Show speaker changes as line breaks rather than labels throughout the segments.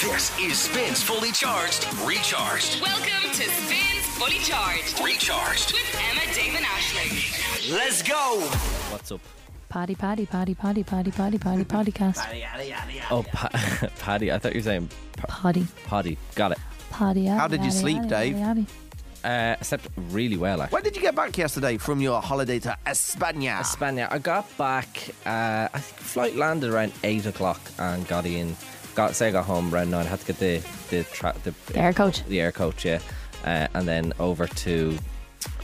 This is Spins Fully Charged, Recharged,
Welcome to Spins Fully Charged
Recharged.
with Emma Damon Ashley.
Let's go!
What's up?
Party, party, party, party, party, party, party, podcast.
Oh, pa- Paddy. I thought you were saying pa-
Party,
Paddy. Got it.
party.
How did you sleep, Dave?
Uh, I slept really well, actually.
When did you get back yesterday from your holiday to España?
Spania. I got back. Uh, I think flight landed around eight o'clock and got in. Got say I got home around nine. I had to get the the tra- the,
The air coach.
the air coach, yeah, uh, and then over to.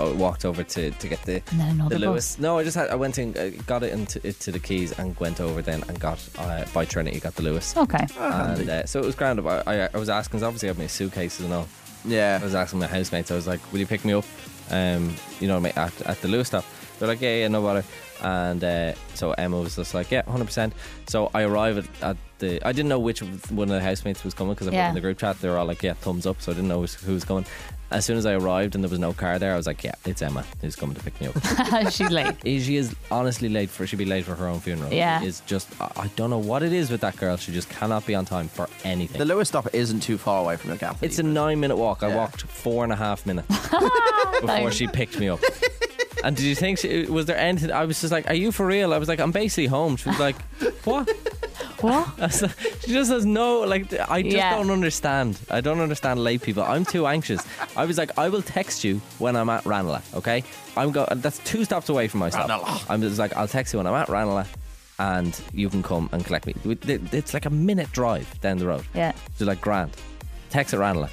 Oh, walked over to, to get the
And then another
the
bus.
Lewis. No, I just had I went in, uh, got it into to the keys and went over then and got uh, by Trinity got the Lewis.
Okay.
And, uh, so it was grand. I, I, I was asking, 'cause obviously I have my suitcases and all. I
yeah.
was asking my housemates, I was like, will you pick me up, um, you know, mate, at, at the Lewis stop? They're like, yeah, yeah, no bother. And uh, so Emma was just like, yeah, 100%. So I arrived at, at the, I didn't know which of- one of the housemates was coming because I put
Yeah.
in the group chat, they were all like, yeah, thumbs up. So I didn't know who- who was coming. As soon as I arrived and there was no car there, I was like, yeah, it's Emma who's coming to pick me up.
She's late.
she is honestly late for, she'd be late for her own funeral.
Yeah.
She is just, I, I don't know what it is with that girl. She just cannot be on time for anything.
The Lewis stop isn't too far away from your cafe.
It's a nine minute walk. I
Yeah.
walked four and a half minutes before
Thanks.
she picked me up. And did you think she was there anything? I was just like, "Are you for real?" I was like, "I'm basically home." She was like, "What?" I
What?
was like- she just has no like. I just
Yeah.
don't understand. I don't understand lay people. I'm too anxious. I was like, "I will text you when I'm at Ranelagh." Okay, I'm go. That's two stops away from my stop.
Ranelagh.
I'm just like, "I'll text you when I'm at Ranelagh." And you can come and collect me. It's like a minute drive down the road.
Yeah.
They're like, grand. Text at Ranelagh.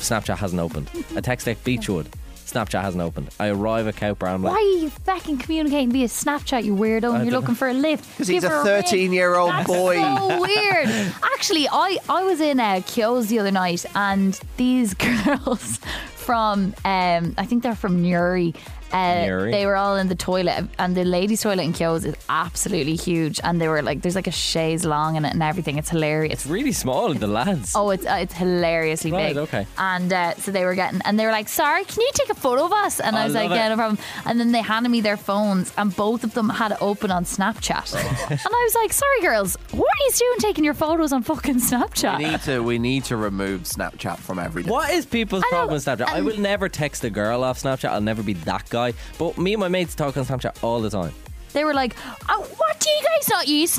Snapchat hasn't opened. I text at Beechwood. Snapchat hasn't opened. I arrive at Cowper. I'm
Why
like,
are you fucking communicating via Snapchat, you weirdo? And you're
dunno.
looking for a lift.
Because he's a 13 year old boy.
So weird. Actually, I, I was in uh, Kyo's the other night, and these girls from um, I think they're from Newry. Uh,
Newry.
They were all in the toilet, and the ladies' toilet in Kyo's is absolutely huge. And they were like, there's like a chaise long in it and everything. It's hilarious.
it's really small, the lads.
Oh, it's uh, it's hilariously
Right,
big.
okay.
And uh, so they were getting, and they were like, "Sorry, can you take a photo of us?" And I,
I
was
love
like, "Yeah,
it.
no problem." And then they handed me their phones, and both of them had it open on Snapchat. and I was like, "Sorry, girls, what are you doing taking your photos on fucking Snapchat?"
We need to we need to remove Snapchat from every day.
What is people's
I know,
problem with Snapchat? I
and-
will never text a girl off Snapchat. I'll never be that guy. But me and my mates talk on Snapchat all the time.
they were like, oh, "What do you guys not use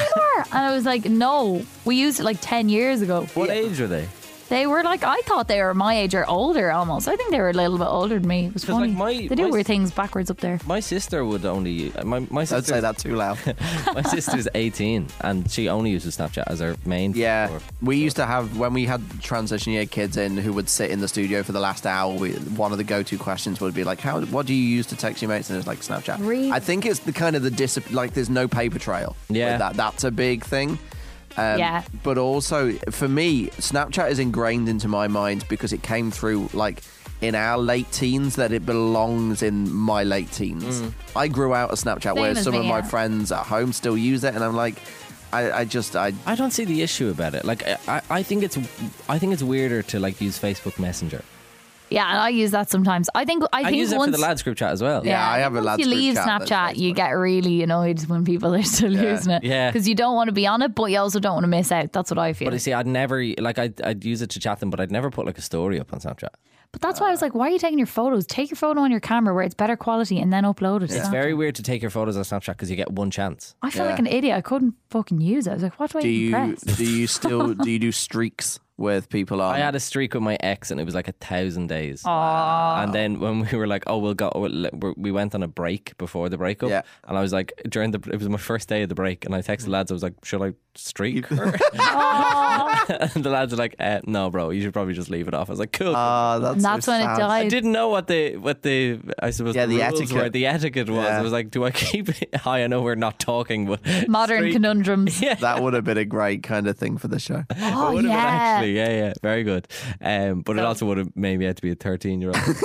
anymore?" and I was like, "No, we used it like ten years ago."
What age are they?
They were like, I thought they were my age or older almost. I think they were a little bit older than me. It was
'Cause, like,
funny.
my-
they do
my-
weird things backwards up there.
My sister would only. My my
Don't
sister.
say that too loud.
My sister's 18, and she only uses Snapchat as her main.
Yeah,
or-
we used to have when we had transition year kids in who would sit in the studio for the last hour. We, one of the go-to questions would be like, "How? What do you use to text your mates?" And it's like Snapchat.
Really?
I think it's the kind of the dis- like there's no paper trail. with
Yeah.
that that's a big thing. Um,
Yeah.
But also for me, Snapchat is ingrained into my mind because it came through like in our late teens that it belongs in my late teens.
Mm.
I grew out of Snapchat,
Same
whereas
as
some of
me,
my
yeah.
friends at home still use it, and I'm like, I, I just I
I don't see the issue about it. Like I- I, I think it's I think it's weirder to like use Facebook Messenger.
Yeah, and I use that sometimes. I think I,
I,
think
use it
once
for the lads group chat as well.
Yeah, I have a
once
lads
you
group
leave
chat that's
Snapchat, you
Facebook.
get really annoyed when people are still using it.
Yeah.
because you don't want to be on it, but you also don't want to miss out. That's what I feel.
But I
But,
see, I'd never like I'd, I'd use it to chat them, but I'd never put like a story up on Snapchat.
that's why I was like, why are you taking your photos? Take your photo on your camera where it's better quality, and then upload it.
It's very weird to take your photos on Snapchat because you get one chance.
I feel like an idiot. I couldn't fucking use it. I was like, what do I
Do
even
you
press?
do you still do you do streaks with people on?
I had a streak with my ex, and it was like a thousand days. And then when we were like, oh, we'll go, we'll- we're- we went on a break before the breakup.
Yeah.
And I was like, during the, it was my first day of the break, and I texted the lads, I was like, should I streak her? and the lads are like, eh, no, bro, you should probably just leave it off. I was like, cool. cool.
Ah, that's
And
so
that's when it
sad.
died.
I didn't know what the what the I suppose
Yeah,
the,
the
rules
etiquette.
were. The etiquette was.
Yeah.
It was like, do I keep it high? I know we're not talking, but
Modern
streak-
conundrums.
Yeah,
That would have been a great kind of thing for the show.
Oh
would have been
yeah.
actually, yeah, yeah, very good. Um, but it also would have maybe had to be a 13 year old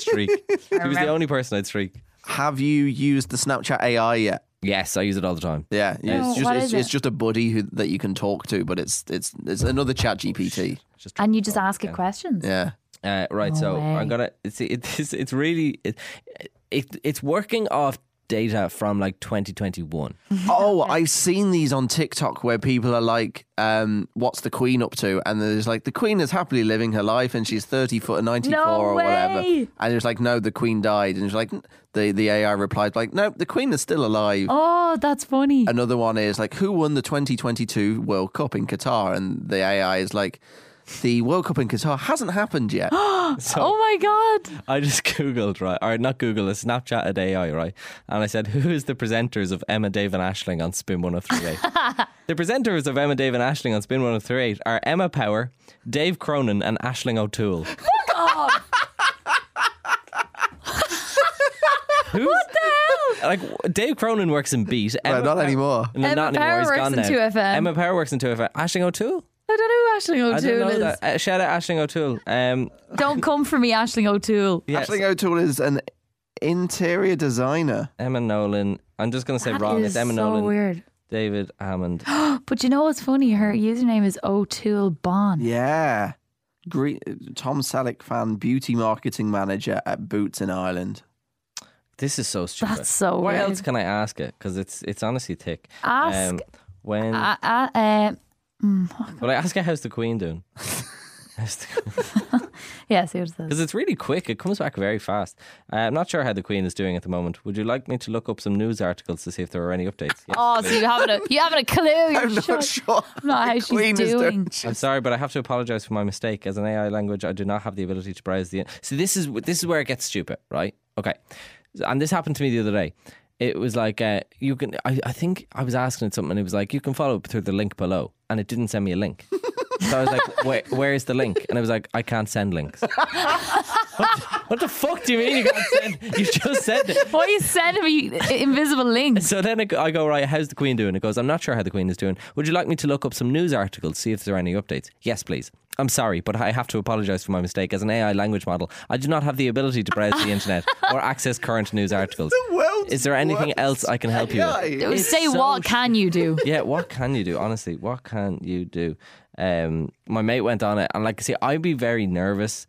streak. he was the
remember-
only person I'd streak.
Have you used the Snapchat AI yet?
Yes, I use it all the time.
Yeah,
No,
it's just
Oh, what
it's,
is
it's
it?
just a buddy who that you can talk to, but it's it's it's another Chat GPT.
Just
And you just ask it questions.
Yeah,
uh, right.
No
so
way.
I'm gonna. It's it's it's really it, it it's working off data from like 2021.
Oh, I've seen these on TikTok where people are like, um, "What's the Queen up to?" And there's like, "The Queen is happily living her life, and she's thirty foot and ninety four
No
or whatever."
way.
And it's like, "No, the Queen died." And it's like, "The the AI replied like, no, the Queen is still alive."
Oh, that's funny.
Another one is like, "Who won the 2022 World Cup in Qatar?" And the AI is like, "The World Cup in Qatar hasn't happened yet."
oh my god.
I just googled right, or not Google, a Snapchat at AI right, and I said, "Who is the presenters of Emma Davin Ashling on Spin 103.8?" the presenters of Emma Davin Ashling on Spin 103.8 are Emma Power, Dave Cronin, and Ashling O'Toole. Who's, what the hell? Like w- Dave Cronin works in Beat. Emma
not
Pow-
anymore.
No,
Emma
not anymore.
Power
He's
works
gone
in
now.
2FM.
Emma Power works in 2FM. Ashling O'Toole.
I don't know who Ashling
I
O'Toole
didn't know
is.
that. Uh, shout out Ashling O'Toole. Um,
Don't come for me, Ashling O'Toole.
yes.
Ashling O'Toole is an interior designer.
Emma Nolan. I'm just going to say
That
wrong.
is
It's Emma
so
Nolan.
weird.
David Hammond.
But you know what's funny? Her username is O'Toole Bond.
Yeah. Gre- Tom Selleck fan, beauty marketing manager at Boots in Ireland.
This is so stupid.
That's so
What
weird.
else can I ask it? Because it's it's honestly thick. Um,
Ask.
when.
Uh, uh, uh,
But I ask her how's the Queen doing. Because
yeah, see what it says.
it's really quick. It comes back very fast. Uh, I'm not sure how the Queen is doing at the moment. Would you like me to look up some news articles to see if there are any updates? Yes,
Oh, so
please.
you haven't a, you haven't a clue. You're
I'm
sure.
not sure.
Not how
the
she's
Queen is
doing.
I'm sorry, but I have to apologize for my mistake. As an AI language, I do not have the ability to browse the. So this is this is where it gets stupid, right? Okay, and this happened to me the other day. It was like uh, you can. I, I think I was asking it something. and It was like you can follow up through the link below, and it didn't send me a link. So I was like, Where, "Where is the link?" And I was like, "I can't send links." what, what the fuck do you mean you can't send? You just said it.
Why are you sending me i- invisible links?
So then it, go- I go, right, how's the Queen doing? It goes, I'm not sure how the Queen is doing. Would you like me to look up some news articles, see if there are any updates? Yes, please. I'm sorry, but I have to apologise for my mistake. As an AI language model, I do not have the ability to browse the internet or access current news articles.
world's
Is there anything
worst
else I can help you with?
AI.
It would
It's
say
so
what can you do?
Yeah, what can you do? Honestly, what can you do? Um, my mate went on it, and like I say, I'd be very nervous.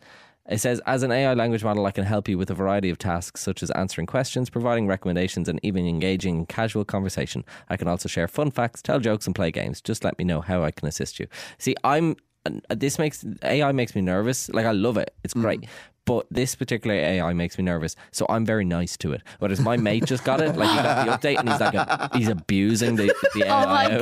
It says, as an AI language model, I can help you with a variety of tasks such as answering questions, providing recommendations, and even engaging in casual conversation. I can also share fun facts, tell jokes, and play games. Just let me know how I can assist you. See, I'm and uh, this makes AI makes me nervous. Like I love it; it's great. But this particular AI makes me nervous, so I'm very nice to it. Whereas my mate just got it, like he got the update, and he's like, a, he's abusing the, the AI.
Oh my
over.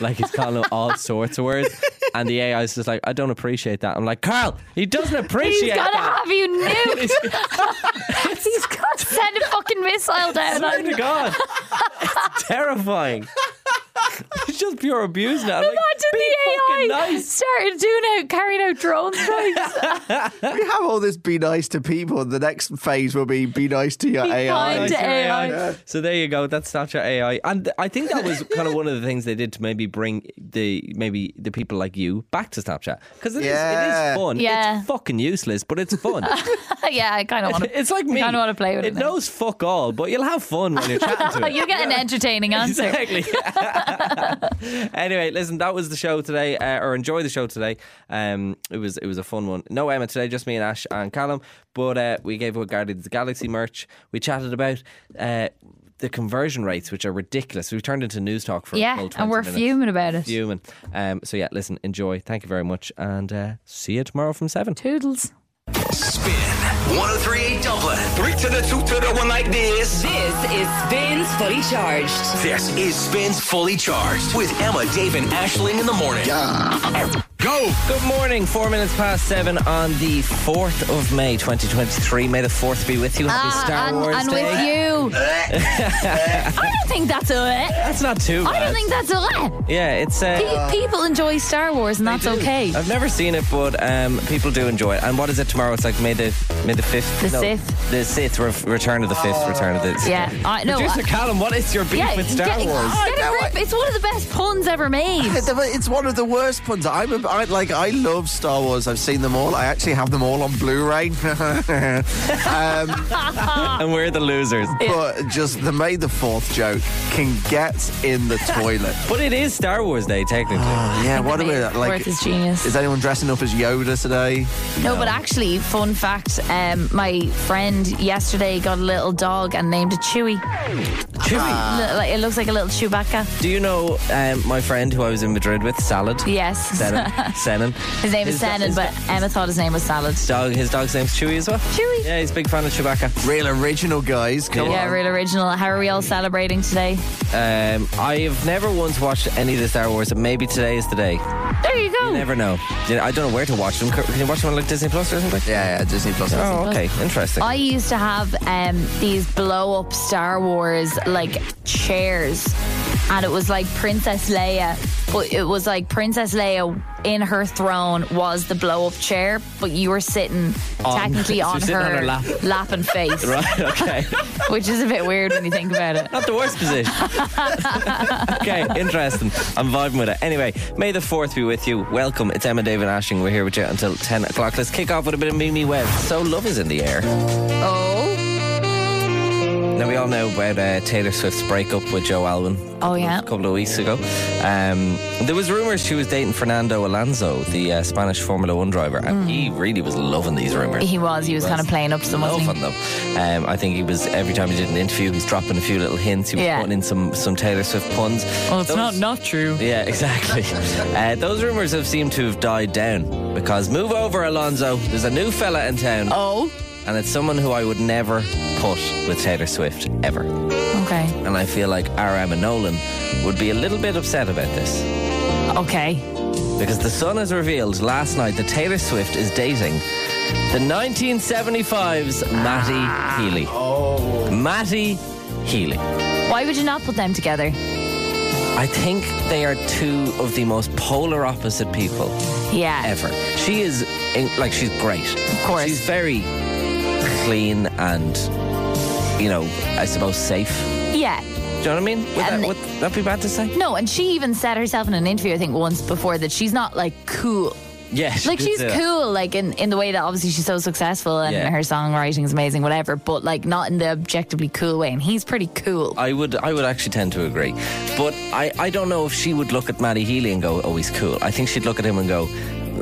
Like he's calling it all sorts of words, and the AI is just like, I don't appreciate that. I'm like, Carl, he doesn't
He's
appreciate
gotta
that.
have you nuked. He's got to send a fucking missile down.
Swear
on you.
to God, it's terrifying. it's just pure abuse now. I'm like,
Imagine
be fucking
the AI
nice.
started doing out carrying out drone strikes.
We have all this be nice to people. The next phase will be be nice to your
Be
AI.
kind.
Nice
to AI.
So there you go. That's Snapchat AI, and th- I think that was kind of one of the things they did to maybe bring the maybe the people like you back to Snapchat because it is it
Yeah.
is fun.
Yeah.
It's fucking useless, but it's fun.
yeah, I kind of want to.
it's like me.
kinda wanna play with it
It
now.
knows fuck all, but you'll have fun when you're chatting to it.
You'll get an entertaining answer.
Exactly. anyway, listen, that was the show today, uh, or enjoy the show today. Um, it was it was a fun one. No Emma today, just me and Ash and Callum. But uh, we gave away Guardians of the Galaxy merch. We chatted about uh, the conversion rates, which are ridiculous. We've turned into news talk for a
Yeah,
full 20
and we're
minutes.
fuming about it.
Fuming. Um, so yeah, listen, enjoy. Thank you very much, and uh, see you tomorrow from seven.
Toodles.
Spin 1038 Dublin. Three to the two to the one like this.
This is Spins Fully Charged.
This is Spins Fully Charged with Emma, Dave, and Ashling in the morning. Go!
Good morning. Four minutes past seven on the fourth of May, twenty twenty-three. May the fourth be with you. Happy Star
Ah, Uh, and,
Wars
and
Day.
with you. I don't think that's all right.
That's not too
I
bad.
don't think that's all right.
yeah, it's.
Pe-
Uh,
people enjoy Star Wars, and that's okay.
I've never seen it, but um, people do enjoy it. And what is it tomorrow? It's like May the May the fifth.
The Sith.
The Sith. Re- return of the fifth. Return of the. Sith.
Yeah, I know.
Producer Callum, what is your beef
Yeah,
with Star
get,
Wars?
get a grip. It's one of the best puns ever made.
It's one of the worst puns. I'm a, I, like I love Star Wars. I've seen them all. I actually have them all on Blu-ray.
and we're the losers.
but just the May the Fourth joke can get in the toilet. Oh,
But it is Star Wars Day,
Ah.
technically.
Yeah, what
the
are we
May the
like?
Fourth is genius.
Is anyone dressing up as Yoda today?
No, but actually, fun fact um, my friend yesterday got a little dog and named it Chewy.
Chewy.
Li- like, it looks like a little Chewbacca.
Do you know um, my friend who I was in Madrid with, Salad?
Yes.
Senan. Senan.
His name
His
is
do-
Senan,
his
but Emma thought his name was Salad.
Dog, his dog's name's Chewy as well.
Chewy.
Yeah, he's a big fan of Chewbacca.
Real original guys. Come
Yeah,
on.
real original. How are we all celebrating today?
Um, I've never once watched any of the Star Wars, and maybe today is the day.
There you go.
Hmm.
You never know. You know, I don't know where to watch them. Can you watch them on like Disney Plus or something?
yeah, yeah, Disney Plus.
Oh, okay. Interesting.
I used to have um, these blow up Star Wars like chairs, and it was like Princess Leia, but it was like Princess Leia in her throne was the blow up chair, but you were sitting
On-
technically
you're
on
sitting
her,
on her lap.
and face,
right. Okay.
which is a bit weird when you think about it.
Not the worst position. okay, interesting. I'm vibing with it. Anyway, May the 4th be with you. Welcome. It's Emma, David, Ashing. We're here with you until 10 o'clock. Let's kick off with a bit of Mimi Webb. So love is in the air.
Oh,
Now, we all know about uh, Taylor Swift's breakup with Joe Alwyn.
Oh, yeah.
A couple of weeks ago. Um, there was rumours she was dating Fernando Alonso, the uh, Spanish Formula One driver, and he really was loving these rumours.
he was. He was kind of playing up to them, wasn't
loving
he?
them. Um, I think he was every time he did an interview, he was dropping a few little hints. He was
Yeah.
putting in some some Taylor Swift puns.
Well, it's
Those-
not not true.
Yeah, exactly. uh, those rumors have seemed to have died down because move over, Alonso. There's a new fella in town,
Oh,
and it's someone who I would never put with Taylor Swift ever.
Okay,
And I feel like RM and Nolan would be a little bit upset about this
okay.
because the Sun has revealed last night that Taylor Swift is dating the 1975's Matty Healy. Oh, Matty Healy.
Why would you not put them together?
I think they are two of the most polar opposite people
Yeah,
ever. She is in- like she's great. Of
course.
she's very clean and you know, I suppose safe.
yeah.
Do you know what I mean? Would, that,
And-
would that be bad to say?
No, and she even said herself in an interview, I think once before, that she's not like cool.
Yeah, she
Like
did
she's
say that.
cool, like in, in the way that obviously she's so successful and
Yeah.
her songwriting is amazing, whatever. But like not in the objectively cool way. And he's pretty cool.
I would, I would actually tend to agree, but I, I don't know if she would look at Matty Healy and go, "Oh, he's cool." I think she'd look at him and go,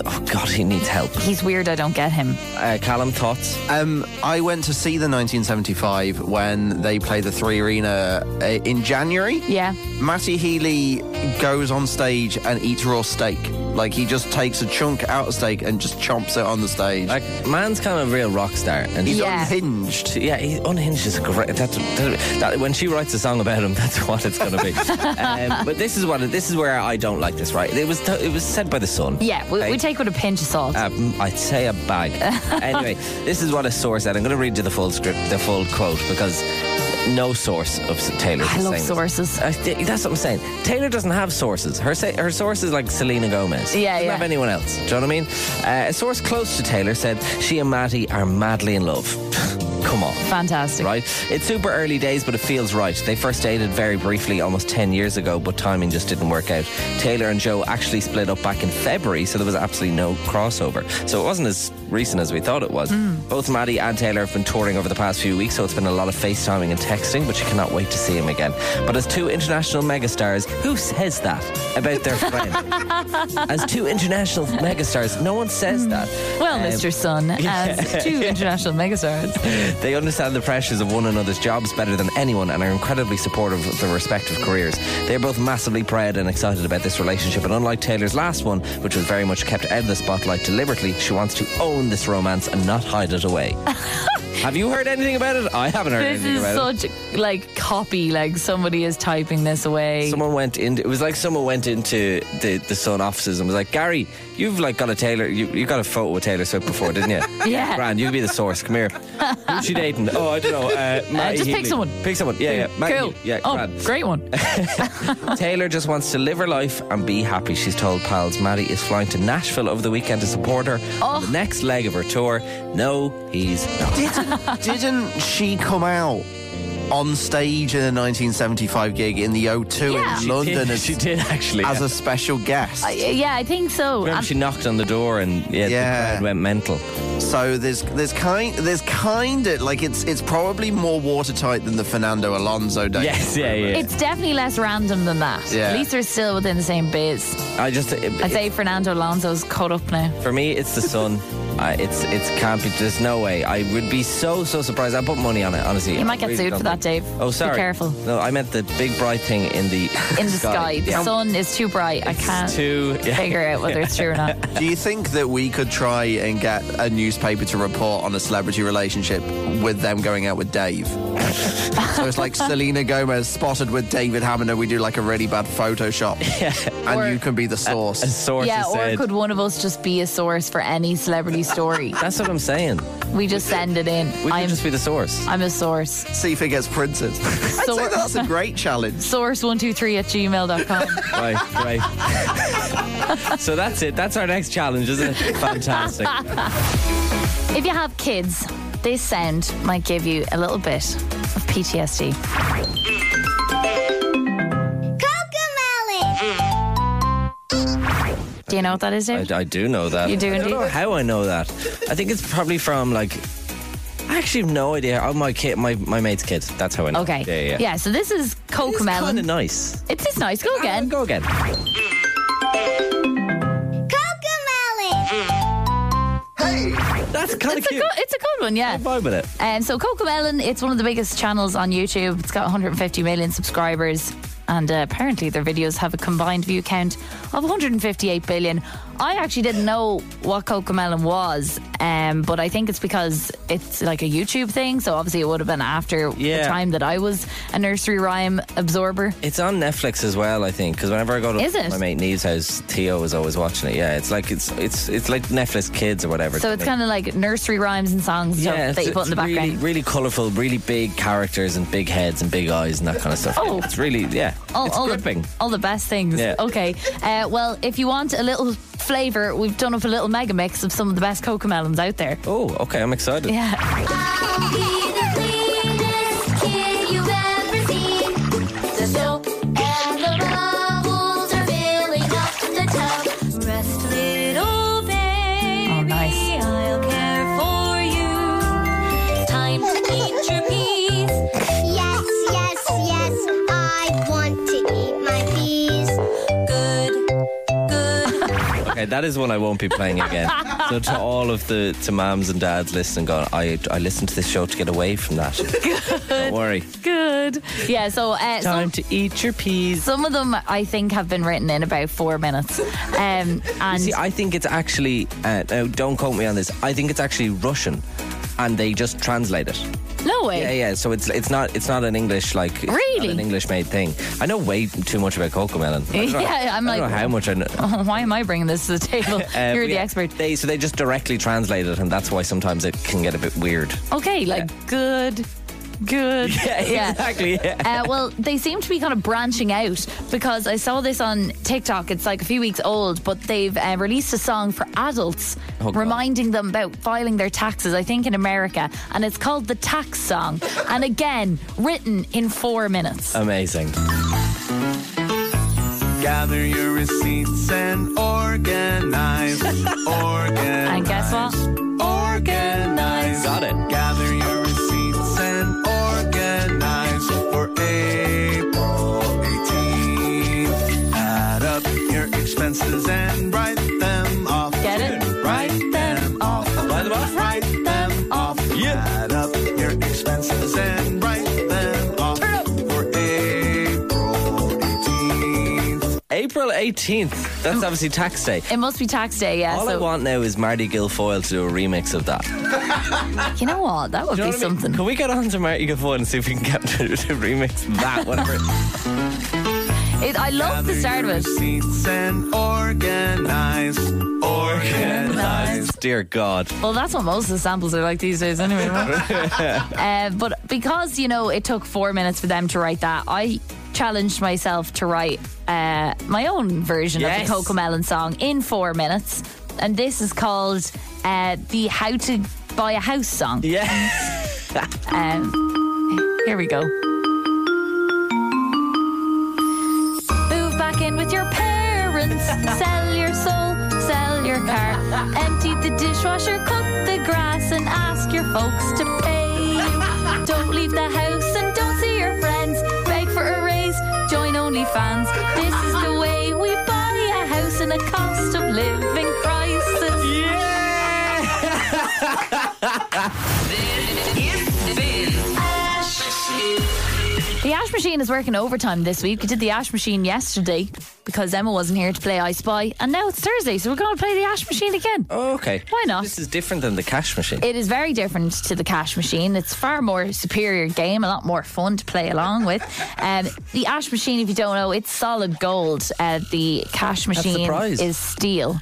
"Oh God, he needs help."
he's weird. I don't get him.
Uh, Callum, thoughts?
Um, I went to see the 1975 when they played the Three Arena uh, in January.
Yeah,
Matty Healy goes on stage and eats raw steak. Like he just takes a chunk out of steak and just chomps it on the stage.
Like, man's kind of a real rock star, and
He's
Yeah.
unhinged.
Yeah, he, Unhinged is great. That's, that, that- when she writes a song about him, that's what it's going to be. um, but this is what this is where I don't like this. Right? It was t- it was said by the Sun.
yeah. We,
Okay?
we take it with a pinch of salt.
Um, I'd say a bag. anyway, this is what a source said. I'm going to read you the full script, the full quote, because no source of Taylor's
I
is saying
love
this.
sources.
Uh, th- that's what I'm saying. Taylor doesn't have sources. Her sa- her source is like Selena Gomez.
Yeah,
doesn't
yeah.
have anyone else. Do you know what I mean? Uh, a source close to Taylor said she and Maddie are madly in love. Come on.
Fantastic.
Right? It's super early days, but it feels right. They first dated very briefly almost 10 years ago, but timing just didn't work out. Taylor and Joe actually split up back in February, so there was absolutely no crossover. So it wasn't as recent as we thought it was.
Hmm.
Both Maddie and Taylor have been touring over the past few weeks, so it's been a lot of FaceTiming and texting, but she cannot wait to see him again. But as two international megastars, who says that about their friend? as two international megastars, no one says that.
Well,
Um,
Mr. Sun, as two international megastars.
they understand the pressures of one another's jobs better than anyone and are incredibly supportive of their respective careers. They are both massively proud and excited about this relationship, and unlike Taylor's last one, which was very much kept out of the spotlight deliberately, she wants to own this romance and not hide it away. Have you heard anything about it? I haven't heard
This
anything
is
about it.
such like copy. Like somebody is typing this away.
Someone went in. It was like someone went into the the Sun offices and was like, "Gary, you've like got a Taylor. You, you got a photo with Taylor Swift before, didn't you?
Yeah.
Grand, you be the source. Come here. Who's she dating? Oh, I don't know. Uh, Matty
just pick
Healy.
someone.
Pick someone. Yeah, yeah. Matty
cool.
Healy. Yeah.
oh,
grand.
great one.
Taylor just wants to live her life and be happy. She's told pals Maddie is flying to Nashville over the weekend to support her on
Oh.
the next leg of her tour. No, he's not.
Didn't, didn't she come out on stage in a 1975 gig in the O2 in
Yeah. Uh, She did,
London as,
she did actually.
as
yeah.
a special guest.
I- yeah, I think so.
Remember
And-
she knocked on the door and yeah,
Yeah.
the crowd went mental.
So there's there's kind there's kind of like it's it's probably more watertight than the Fernando Alonso day.
Yes, yeah, yeah.
It's definitely less random than that.
Yeah.
At least they're still within the same biz.
I just it-
I'd say Fernando Alonso's caught up now.
For me, it's the sun. I, it's it's can't be. There's no way. I would be so so surprised. I put money on it. Honestly,
You might get
I
sued
don't
for that,
think-
Dave.
Oh,
Be
sorry.
careful.
No, I meant the big bright thing in the
In the sky. The
Yeah.
sun is too bright. I
It's
can't
too- yeah.
figure out whether it's true or not.
Do you think that we could try and get a newspaper to report on a celebrity relationship with them going out with Dave? so it's like Selena Gomez spotted with David Hammond, and we do like a really bad Photoshop, and
Or-
you can be the source.
A source
yeah,
has
or
said.
could one of us just be a source for any celebrity story?
That's what I'm saying.
we just send it in.
We
I'm,
could just be the source.
I'm a source.
See if it gets printed. I'd
Sor-
say that's a great challenge.
Source123 at gmail.com.
right, right. so that's it. That's our next challenge, isn't it? Fantastic.
If you have kids, this sound might give you a little bit of PTSD.
Cocomelon.
Do you know what that is,
I,
Dave?
I do know that.
You do
I don't
indeed.
know how I know that. I think it's probably from like. I actually have no idea. Oh, my kid, my, my mate's kid. That's how I know.
Okay.
Yeah, yeah.
so this is Coke
Kind of
Melon.
nice.
It's just nice. Go again.
Go again.
Cocomelon.
That's kind of
It's a,
cute.
good, it's a good one, yeah.
Vibe with it.
Um, so Coco Melon, it's one of the biggest channels on YouTube. It's got 150 million subscribers, and uh, apparently their videos have a combined view count of 158 billion. I actually didn't know what Coco Melon was, um, but I think it's because it's like a YouTube thing. So obviously it would have been after the
Yeah.
time that I was a nursery rhyme absorber.
It's on Netflix as well, I think, because whenever I go to
Is it?
my mate Neve's house, Theo is always watching it. Yeah, it's like it's it's it's like Netflix Kids or whatever.
So it's
Like-
kind of like nursery rhymes and songs
yeah,
that
it's-
you put in the
it's really-
background.
Really, colourful, really big characters and big heads and big eyes and that kind of stuff.
Oh.
It's really yeah. it's gripping.
The, all the best things.
Yeah.
Okay. Uh, well, if you want a little flavour, we've done up a little mega mix of some of the best cocoa melons out there.
Oh, okay, I'm excited.
Yeah.
I'll be the cleanest kid you've ever seen. The soap and the bubbles are filling up the tub. Rest, little baby.
Oh, nice.
I'll care for you. Time to eat your peas. Yes, yes, yes. I want to eat my peas. Good, good.
Okay, that is one I won't be playing again. so to all of the to mums and dads listening, going, I I listened to this show to get away from that. Don't worry.
Good. Yeah. So uh,
Time
some,
to eat your peas.
some of them I think have been written in about four minutes. Um, and
See, I think it's actually. Uh, now, don't quote me on this. I think it's actually Russian, and they just translate it.
no way.
Yeah, yeah. So it's it's not it's not an English like it's not
Really?
an English made thing. I know way too much about cocoa melon. I don't know-
Yeah, I'm
I don't
like-
know how much I know.
Why am I bringing this to the table?
Uh,
You're
but
the
yeah,
expert.
They so they just directly translate it, and that's why sometimes it can get a bit weird.
Okay. Like good. Good.
exactly. Yeah.
uh, well, they seem to be kind of branching out because I saw this on TikTok. It's like a few weeks old, but they've uh, released a song for adults
Oh, God.
reminding them about filing their taxes, I think in America. And it's called The Tax Song. and again, written in four minutes.
Oh, Amazing.
Gather your receipts and organize. organize.
and guess what?
Organize.
Got it.
Gather your receipts and organize for April 18th. Add up your expenses and write them off.
Get it?
Write them off.
Write them off.
Write them off.
Yeah.
Add up your expenses and write them off
Turn up.
for April 18th.
April 18th. That's obviously tax day.
It must be tax day, yeah.
All I
Oh. so
want now is Marty Guilfoyle to do a remix of that.
you know what? That would
Do you know
be
what I mean?
something.
Can we get on to Marty Guilfoyle and see if we can get to, to remix that? Whatever.
It, I love the start of it.
Seats and organize, organize.
Dear God.
Well, that's what most of the samples are like these days, anyway. right? uh, but because you know it took four minutes for them to write that, I challenged myself to write uh, my own version of
Yes.
the Coco Melon song in four minutes, and this is called uh, the How to Buy a House song.
Yeah.
Um, Here we go. Move back in with your parents. sell your soul, sell your car. Empty the dishwasher, cut the grass, and ask your folks to pay you. Don't leave the house and don't see your friends. Beg for a raise, join OnlyFans. This is the way we buy a house in a cost of living crisis. The Ash Machine is working overtime this week. We did the Ash Machine yesterday because Emma wasn't here to play I Spy, and now it's Thursday, so we're going to play the Ash Machine again.
Okay.
Why not?
This is different than the cash machine.
It is very different to the cash machine. It's far more superior game, a lot more fun to play along with. Um, the ash machine, if you don't know, it's solid gold. Uh, the cash machine
prize.
is steel.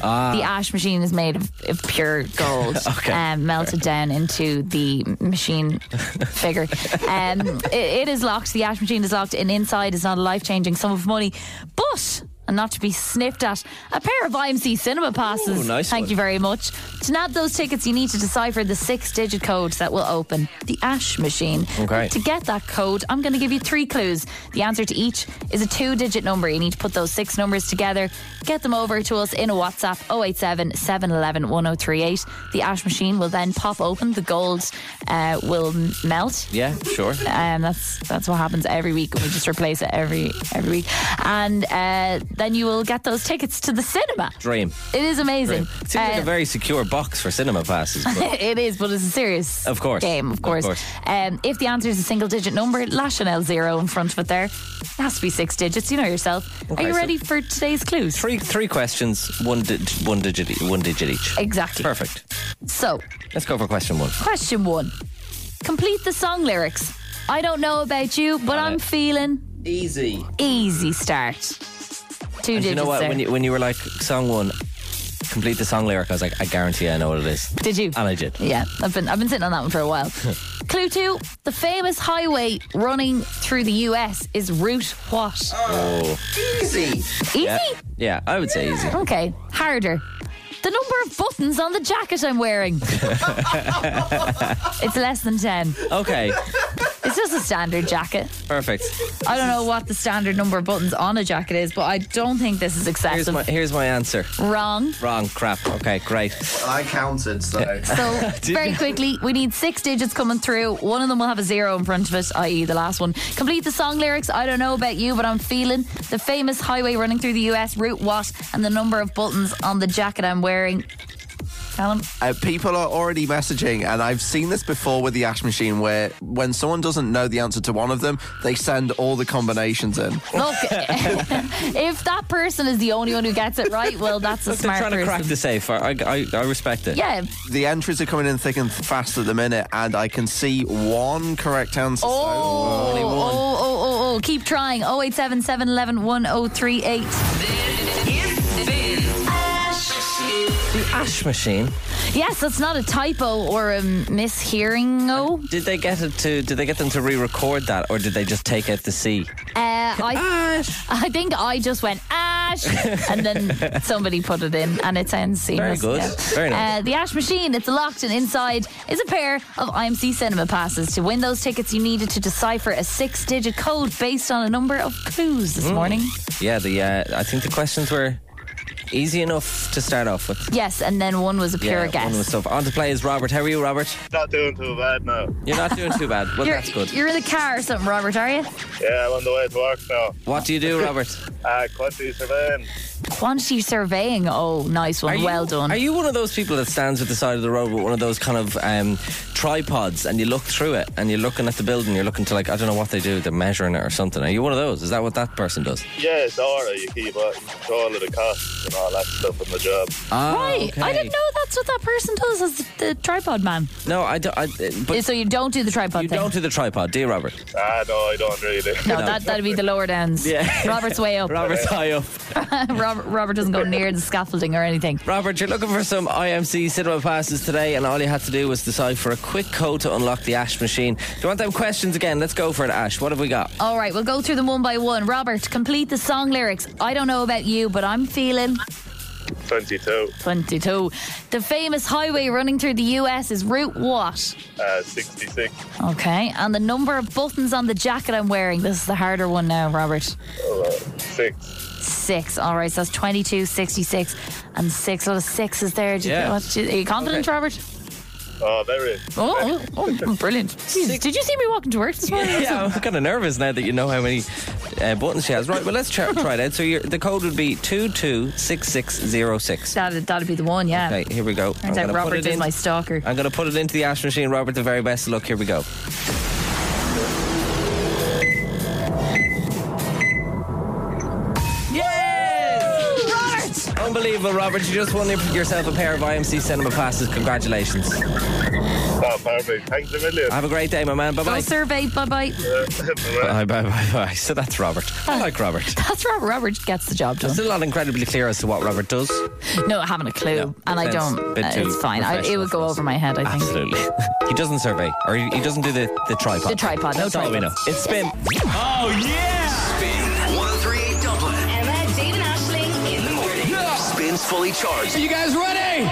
The ash machine is made of, of pure gold,
Ah. Okay.
um, melted down into the machine figure. Um, it, it is locked. The ash machine is locked, and inside is not a life changing sum of money, but. And not to be sniffed at, a pair of IMC cinema passes.
Ooh, nice
Thank
one.
you very much. To nab those tickets, you need to decipher the six digit code that will open the Ash machine.
Okay.
To get that code, I'm going to give you three clues. The answer to each is a two digit number. You need to put those six numbers together, get them over to us in a WhatsApp 087 711 1038. The Ash machine will then pop open, the gold uh, will m- melt.
Yeah, sure.
Um, that's that's what happens every week, and we just replace it every every week. And uh, then you will get those tickets to the cinema.
Dream.
It is amazing.
Dream. Seems like a
Uh,
very secure box for cinema passes. But
it is, but it's a serious
Of course.
game, of
Of
course.
course.
Um, if the answer is a single digit number, lash an L zero in front of it there. It has to be six digits, you know yourself.
Okay,
Are you
so-
ready for today's clues?
three three questions, one di- one digit e- one digit each.
Exactly.
Perfect.
So,
Let's go for question one.
question one complete the song lyrics. I don't know about you, but I'm
it.
feeling
Easy.
easy start. Two
And
digits
you know what?
there.
When you when you were like song one, complete the song lyric. I was like, I guarantee I know what it is.
Did you?
And I did.
Yeah, I've been I've been sitting on that one for a while. Clue two: the famous highway running through the U.S. is Route what?
Oh.
Easy.
Yeah. Yeah, I would say easy.
Okay, harder. The number of buttons on the jacket I'm wearing. it's less than ten.
Okay.
It's just a standard jacket.
Perfect.
I don't know what the standard number of buttons on a jacket is, but I don't think this is
Here's
excessive.
my here's my answer.
Wrong.
Wrong. Crap. Okay. Great.
I counted, so.
So very quickly, we need six digits coming through. One of them will have a zero in front of it, i.e., the last one. Complete the song lyrics. I don't know about you, but I'm feeling the famous highway running through the U.S. Route what? And the number of buttons on the jacket I'm wearing. Callum,
Uh, people are already messaging, and I've seen this before with the Ash Machine, where when someone doesn't know the answer to one of them, they send all the combinations in.
Look, if that person is the only one who gets it right, well, that's a
Look, they're
smart
trying to crack
person.
the safe. I, I, I respect it.
yeah.
The entries are coming in thick and fast at the minute, and I can see one correct answer.
Oh,
So,
oh,
only one.
oh, oh, oh. Keep trying. 087 711 1038.
The ash machine.
Yes, that's not a typo or a mishearing. Oh,
Did they get it to? Did they get them to re-record that, or did they just take out the C?
uh, I, I think I just went ash, and then somebody put it in, and it sounds seamless.
good. Very nice.
Uh, the ash machine. It's locked, and inside is a pair of IMC cinema passes. To win those tickets, you needed to decipher a six-digit code based on a number of clues
Mm.
this morning.
Yeah. The uh, I think the questions were easy enough to start off with.
Yes, and then one was a pure
yeah,
guess.
One was tough. On to play is Robert. How are you, Robert?
Not doing too bad now.
You're not doing too bad. Well,
you're,
oh, that's good.
you're in the car or something, Robert, are you?
Yeah, I'm on the way to work now.
What do you do, Robert?
Uh, quantity surveying.
Quantity surveying. Oh, nice one.
Are you-
well done.
Are you one of those people that stands at the side of the road with one of those kind of um, tripods and you look through it and you're looking at the building, you're looking to like, I don't know what they do, they're measuring it or something. Are you one of those? Is that what that person does?
Yeah, it's alright. You keep uh, control of the costs and all that stuff in the job.
Ah,
Right, I
okay.
didn't know that's what that person does as the, the tripod man.
No, I don't. I, uh, but
so you don't do the tripod
you
thing.
don't do the tripod, do you, Robert?
Ah, no, I don't really.
no, that that'd be the lower downs.
Yeah.
Robert's way up.
Robert's high up.
Robert, Robert doesn't go near the scaffolding or anything.
Robert, you're looking for some IMC cinema passes today, and all you had to do was decide for a quick code to unlock the Ash machine. Do you want them questions again? Let's go for it, Ash. What have we got?
All right, we'll go through them one by one. Robert, complete the song lyrics. I don't know about you, but I'm feeling
22,
22. The famous highway running through the US is Route what?
uh, 66.
Okay. And the number of buttons on the jacket I'm wearing. This is the harder one now, Robert.
Oh, uh, six.
Six. All right. So that's 22, 66, and six. A lot of sixes there. Do you
Yeah.
what- are you confident,
Okay.
Robert?
Oh, very.
Oh, oh, oh, brilliant. Jeez, did you see me walking to work this morning?
Yeah, I'm kind of nervous now that you know how many uh, buttons she has. Right, well, let's try, try it out. So your, the code would be 226606.
That'd, that'd be the one, yeah.
Okay, here we go.
Turns out
gonna
Robert is
in- Uh,
my stalker.
I'm going to put it into the ash machine. Robert, the very best of luck. Here we go. Yes! Unbelievable, Robert. You just won yourself a pair of IMC cinema passes. Congratulations.
Oh, perfect. Thanks a million.
Have a great day, my man. Bye
Go
bye.
survey. Bye bye.
Uh,
Bye bye bye bye. So that's Robert. I like Robert.
That's Robert. Robert gets the job done.
Still not incredibly clear as to what Robert does.
No, I haven't a clue.
No,
and I
sounds
don't.
a bit
uh,
too
it's fine. I, it
professional
would
for
go
us.
over my head, I think.
Absolutely. he doesn't survey, or he, he doesn't do the, the tripod.
The tripod, no
That's all we know.
tripods.
It's spin.
Spin 1038 Dublin.
Emma, Dave, and Ashling in the morning.
Spins fully charged. Are you guys ready?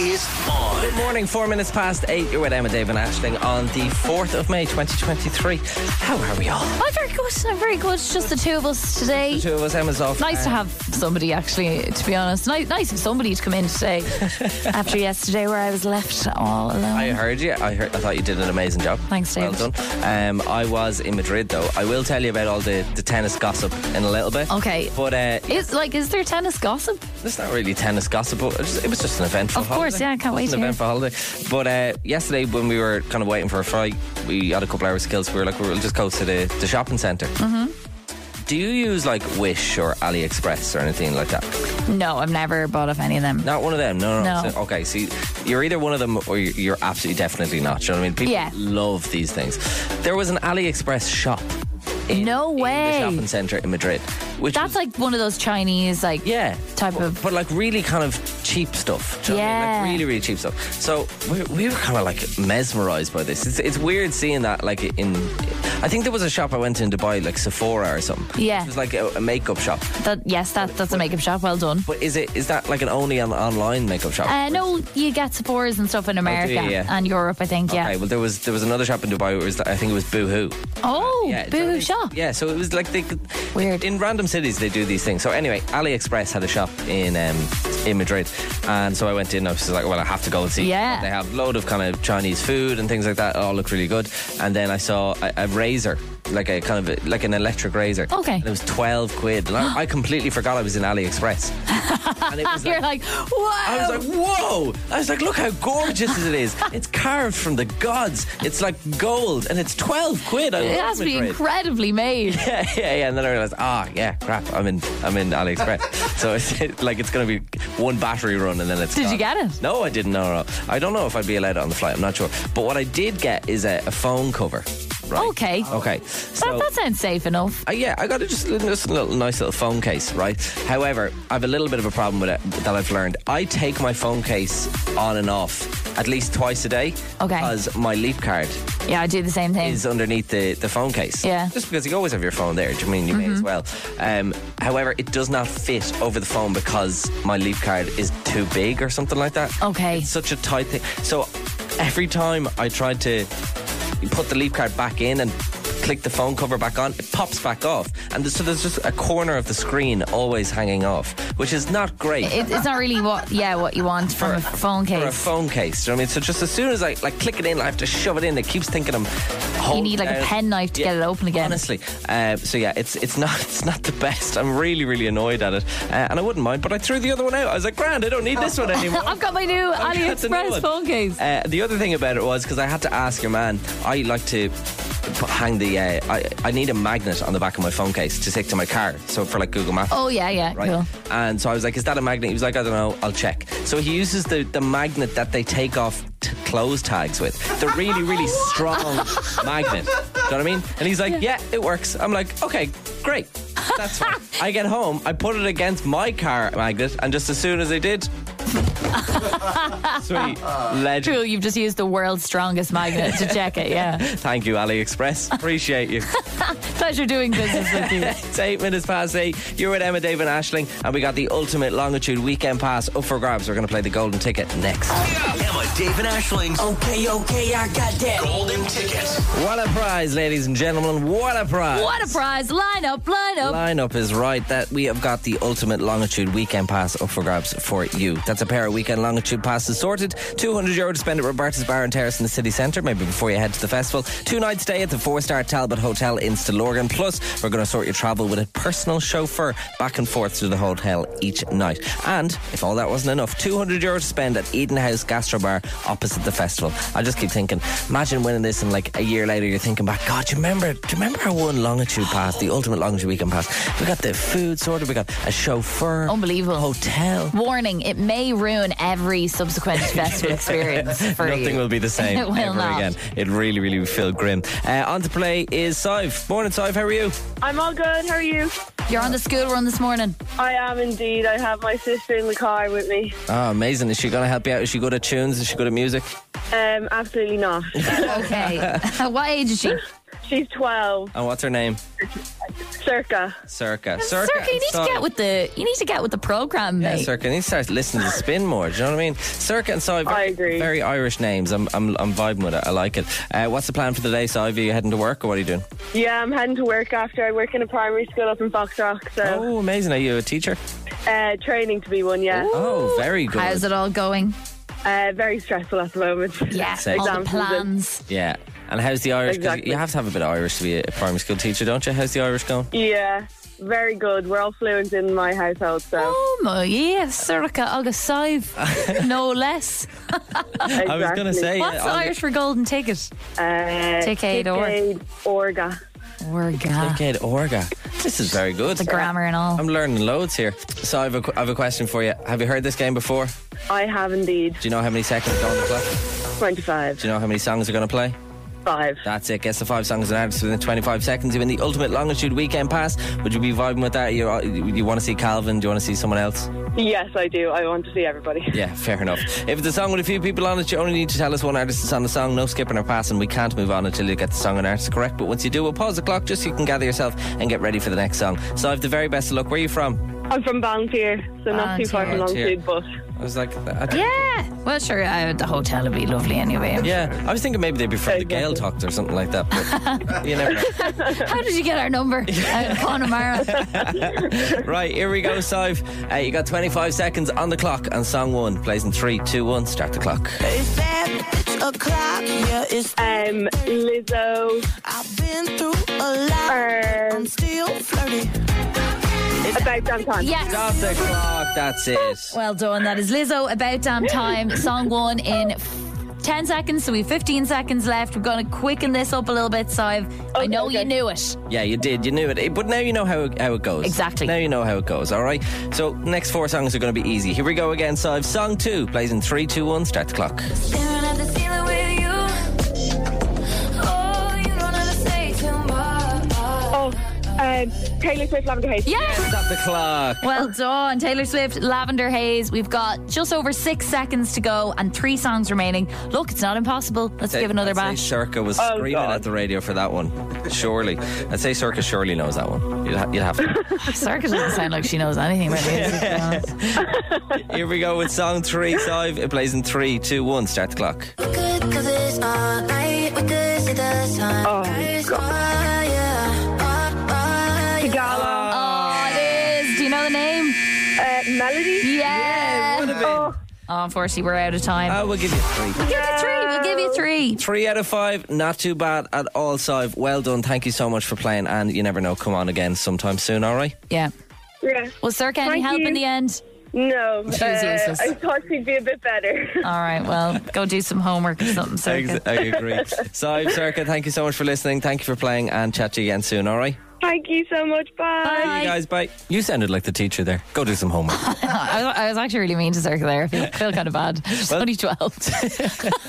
Is on.
Good morning, four minutes past eight. You're with Emma, Dave, and Ashling on the 4th of May, 2023. How are we all?
Oh, very good. I'm very good. It's just the two of us today.
Two of us, Emma's off.
Nice to
Uh,
have somebody, actually, to be honest. Nice, nice of somebody to come in today after yesterday where I was left all alone.
I uh, heard you. I heard. I thought you did an amazing job.
Thanks, Dave.
Well done. Um, I was in Madrid, though. I will tell you about all the, the tennis gossip in a little bit.
Okay.
But uh,
Is like, is there tennis gossip?
It's not really tennis gossip, but it was just, it was just an eventful
Of
holiday.
course, yeah, I can't
It was
wait
An
to
eventful holiday. But uh, yesterday, when we were kind of waiting for a flight, we had a couple hours skills. We were like, we'll just go to the, the shopping center Mm-hmm. Do you use like Wish or AliExpress or anything like that?
No, I've never bought off any of them.
Not one of them. No, no.
No.
So- okay, see, you're either one of them or you're you're absolutely definitely not. Do you know what I mean? People
Yeah.
love these things. There was an AliExpress shop
No
in the
way.
shopping center in Madrid, which was-
That's like one of those Chinese, like,
yeah
type
but,
of-
but like really kind of cheap stuff do you know what I mean? like
Yeah.
really really cheap stuff so we, we were kind of like mesmerized by this it's, it's weird seeing that like in I think there was a shop I went to in Dubai like Sephora or something
Yeah.
it was like a, a makeup shop
that, yes, that, that's a makeup shop. Well done.
but is it is that like an only an online makeup shop
Uh, no, you get Sephora's and stuff in America
Oh, you? Yeah.
and Europe, I think, yeah.
Okay, well, there was there was another shop in Dubai. Where it was I think it was Boohoo.
Oh,
Uh, Yeah, do you know what I
Boohoo
mean?
Shop.
Yeah, so it was like they could,
Weird.
in random cities they do these things. So anyway, AliExpress had a shop in um, in Madrid, and so I went in. I was just like, well, I have to go and see.
Yeah.
they have load of kind of Chinese food and things like that. It all looked really good. And then I saw a, a razor. Like a kind of like an electric razor.
Okay.
And it was twelve quid. And I, I completely forgot I was in AliExpress. And it was
You're like, wow.
I was like, whoa! I was like, look how gorgeous it is. It's carved from the gods. It's like gold, and it's twelve quid. I
it
love
has to be
Madrid.
incredibly made.
Yeah, yeah, yeah. And then I realized, ah, yeah, crap. I'm in, I'm in AliExpress. so it's it, like it's gonna be one battery run, and then it's.
Did
gone.
you get it?
No, I didn't. No, no. I don't know if I'd be allowed it on the flight. I'm not sure. But what I did get is a, a phone cover. Right.
Okay.
Okay.
That,
So
that sounds safe enough.
uh, yeah, I got a just, just a little nice little phone case, right? However, I have a little bit of a problem with it that I've learned. I take my phone case on and off at least twice a day.
Okay.
Because my leap card
Yeah, I do the same thing.
is underneath the, the phone case.
Yeah. Mm-hmm.
Just because you always have your phone there, do you mean you may as well? Um, however, it does not fit over the phone because my leap card is too big or something like that.
Okay.
It's such a tight thing. So every time I tried to put the leap card back in and click the phone cover back on, it pops back off. And so there's just a corner of the screen always hanging off, which is not great.
It, it's not really what, yeah, what you want from a phone
for a
case.
phone case, do you know what I mean? So just as soon as I like click it in, I have to shove it in. It keeps thinking I'm.
You
holding
need like a
down-
penknife to
Yeah.
get it open again.
Honestly, uh, so yeah, it's it's not it's not the best. I'm really really annoyed at it, uh, and I wouldn't mind. But I threw the other one out. I was like, grand, I don't need this one anymore.
I've got my new
I've got the new
AliExpress
one.
phone case.
Uh, the other thing about it was because I had to ask your man. I like to p- hang the. Uh, I I need a magnet on the back of my phone case to stick to my car. So for like Google Maps.
oh, yeah, yeah,
Right.
cool.
And so I was like, "Is that a magnet?" He was like, "I don't know. I'll check." So he uses the the magnet that they take off t- clothes tags with. The really really strong magnet. Do you know what I mean? And he's like, "Yeah, it works." I'm like, "Okay, great." That's fine. I get home, I put it against my car magnet, and just as soon as I did, Sweet. Legend.
True, you've just used the world's strongest magnet to check it. Yeah.
Thank you, AliExpress. Appreciate you.
Pleasure doing business with you.
It's eight minutes past eight. You're with Emma, Dave, and Ashling, and we got the ultimate longitude weekend pass up for grabs. We're going to play the golden ticket next.
Emma, Dave, and Ashling's
Okay, okay, I got that.
Golden Ticket.
What a prize, ladies and gentlemen! What a prize!
What a prize. Line up, line up.
lineup is right that we have got the ultimate longitude weekend pass up for grabs for you. That's a pair of weekend longitude passes sorted. 200 euro to spend at Roberta's Bar and Terrace in the city centre, maybe before you head to the festival. Two nights stay at the four star Talbot Hotel in Stillorgan. Plus, we're going to sort your travel with a personal chauffeur back and forth to the hotel each night. And if all that wasn't enough, 200 euro to spend at Eden House Gastro Bar opposite the festival. I just keep thinking, imagine winning this and like a year later you're thinking back, God, do you remember? Do you remember our one longitude pass, the ultimate longitude weekend pass? We got the food sorted, we got a chauffeur,
Unbelievable.
Oh, hotel.
Warning, it may ruin every subsequent festival experience for you.
Nothing will be the same
It will
ever
not.
again. It really, really will feel grim. Uh, on to play is Sive. Morning, Sive. How are you?
I'm all good. How are you?
You're on the school run this morning.
I am indeed. I have my sister in the car with me.
Oh, amazing. Is she going to help you out? Is she good at tunes? Is she good at music?
Um, absolutely not.
Okay. what age is she?
She's 12,
And what's her name?
circa.
Circa.
Circa, you need
Sive.
to get with the you need to get with the program,
Yeah,
mate.
Circa. He starts listening to spin more. Do you know what I mean? Circa and Sive.
I agree.
Very Irish names. I'm, I'm, I'm vibing with it. I like it. Uh, what's the plan for the day, Sive? Are you heading to work or what are you doing?
Yeah, I'm heading to work after. I work in a primary school up in Fox Rock, so
Oh, amazing. Are you a teacher?
uh, training to be one, yeah.
Oh, very good.
How's it all going?
Uh, very stressful at the moment.
Yeah,
Sexy.
all the
Exams and-
plans.
Yeah. And how's the Irish? 'cause
Exactly.
You have to have a bit of Irish to be a primary school teacher, don't you? How's the Irish going?
Yeah, very good. We're all fluent in my household, so
Oh my yeah, circa August five, no less.
exactly.
I was going to say.
What's
yeah,
Irish for golden ticket?
uh,
Ticket or-
ticket orga.
Orga,
Kid Orga. This is very good.
the grammar and all.
I'm learning loads here. So I have, a, qu- I have a question for you. Have you heard this game before? Do
I have indeed.
you know how many seconds are on the clock? Do
25,
you know how many songs are going to play?
5.
That's it. Guess the five songs and artists within 25 seconds. You win the ultimate longitude weekend pass. Would you be vibing with that? You're, you want to see Calvin? Do you want to see someone else?
Yes, I do. I want to see everybody.
Yeah, fair enough. If it's a song with a few people on it, you only need to tell us one artist is on the song. No skipping or passing. We can't move on until you get the song and artist correct. But once you do, we'll pause the clock just so you can gather yourself and get ready for the next song. So I have the very best of luck. Where are you from?
I'm from Ballantyre, so not too far
Ballantyre.
from Longitude, but
I was like, I don't-
Yeah. Well, sure. I, the hotel would be lovely anyway.
yeah. I was thinking maybe they'd be from the
Exactly.
Gaeltacht or something like that. But you never know.
How did you get our number Uh, out of Connemara?
Right, here we go, Sive. Uh, you got 25 seconds on the clock, and song one plays in three, two, one. Start the clock.
It's that bitch o'clock. Yeah, it's.
um, Lizzo,
I've been through a lot. I'm
um,
still flirty.
about damn time.
yes.
Stop the clock, that's it.
Well done. That is Lizzo. About damn time. Song one in. f- 10 seconds, so we have 15 seconds left. We're going to quicken this up a little bit, Sive. I
Okay,
know
Oh, okay.
you knew it.
Yeah, you did, you knew it. Eh, But now you know how, it- how it goes.
Exactly.
Now you know how it goes, all right? So, next four songs are going to be easy. Here we go again, Sive. Song two plays in three, two, one. Start the clock.
Staring at the ceiling with you. Oh, you don't have to say too much.
Oh, um, Taylor Swift, Lavender Haze.
Yes!
Stop the clock.
Well done. Taylor Swift, Lavender Haze. We've got just over six seconds to go and three songs remaining. Look, it's not impossible. Let's give another
I'd say
bash.
Circa was
Oh,
screaming
God.
at the radio for that one. Surely. I'd say Circa surely knows that one. You'd, ha- you'd have to.
Circus doesn't sound like she knows anything about music. to be honest.
Here we go with song three, Sive. It plays in three, two, one. Start the clock.
We could do this all night. We could see the sun.
Oh,
Oh, yeah. Oh, oh, yeah.
Gala,
Oh, it is. Do you know the name?
uh, Melody.
Yeah.
Oh,
Oh, unfortunately, we're out of time.
Uh, we'll give you three.
we'll give you three. We'll give you three.
Three out of five, not too bad at all, Sive. Well done. Thank you so much for playing. And you never know, come on again sometime soon, all right?
Yeah.
yeah.
Was Circa any
Thank
help
you.
in the end?
No,
She's
uh,
useless.
I thought she'd be a bit better.
All right. Well, go do some homework or something, Circa.
I agree. Sive, Circa, thank you so much for listening. Thank you for playing and chat to you again soon, all right?
Thank you so much. Bye.
You guys, bye. You sounded like the teacher there. Go do some homework.
I, was- I was actually really mean to Circle Air. I feel, feel kind of bad. She's
Well-
only 12.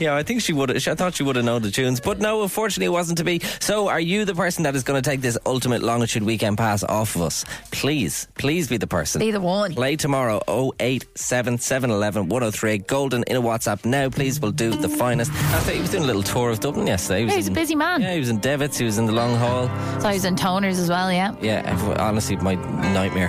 Yeah, I think she would. I thought she would have known the tunes, but no, unfortunately, it wasn't to be. So, are you the person that is going to take this ultimate longitude weekend pass off of us? Please, please be the person.
Be the one.
Play tomorrow 087 711 103 Golden in a WhatsApp now, please. We'll do the finest. I thought he was doing a little tour of Dublin yesterday. He was
Yeah, he's a
in-
busy man.
Yeah, he was in Devitt's. He was in the Long Hall.
So I was in toners as well, yeah.
Yeah, everyone- honestly, my nightmare.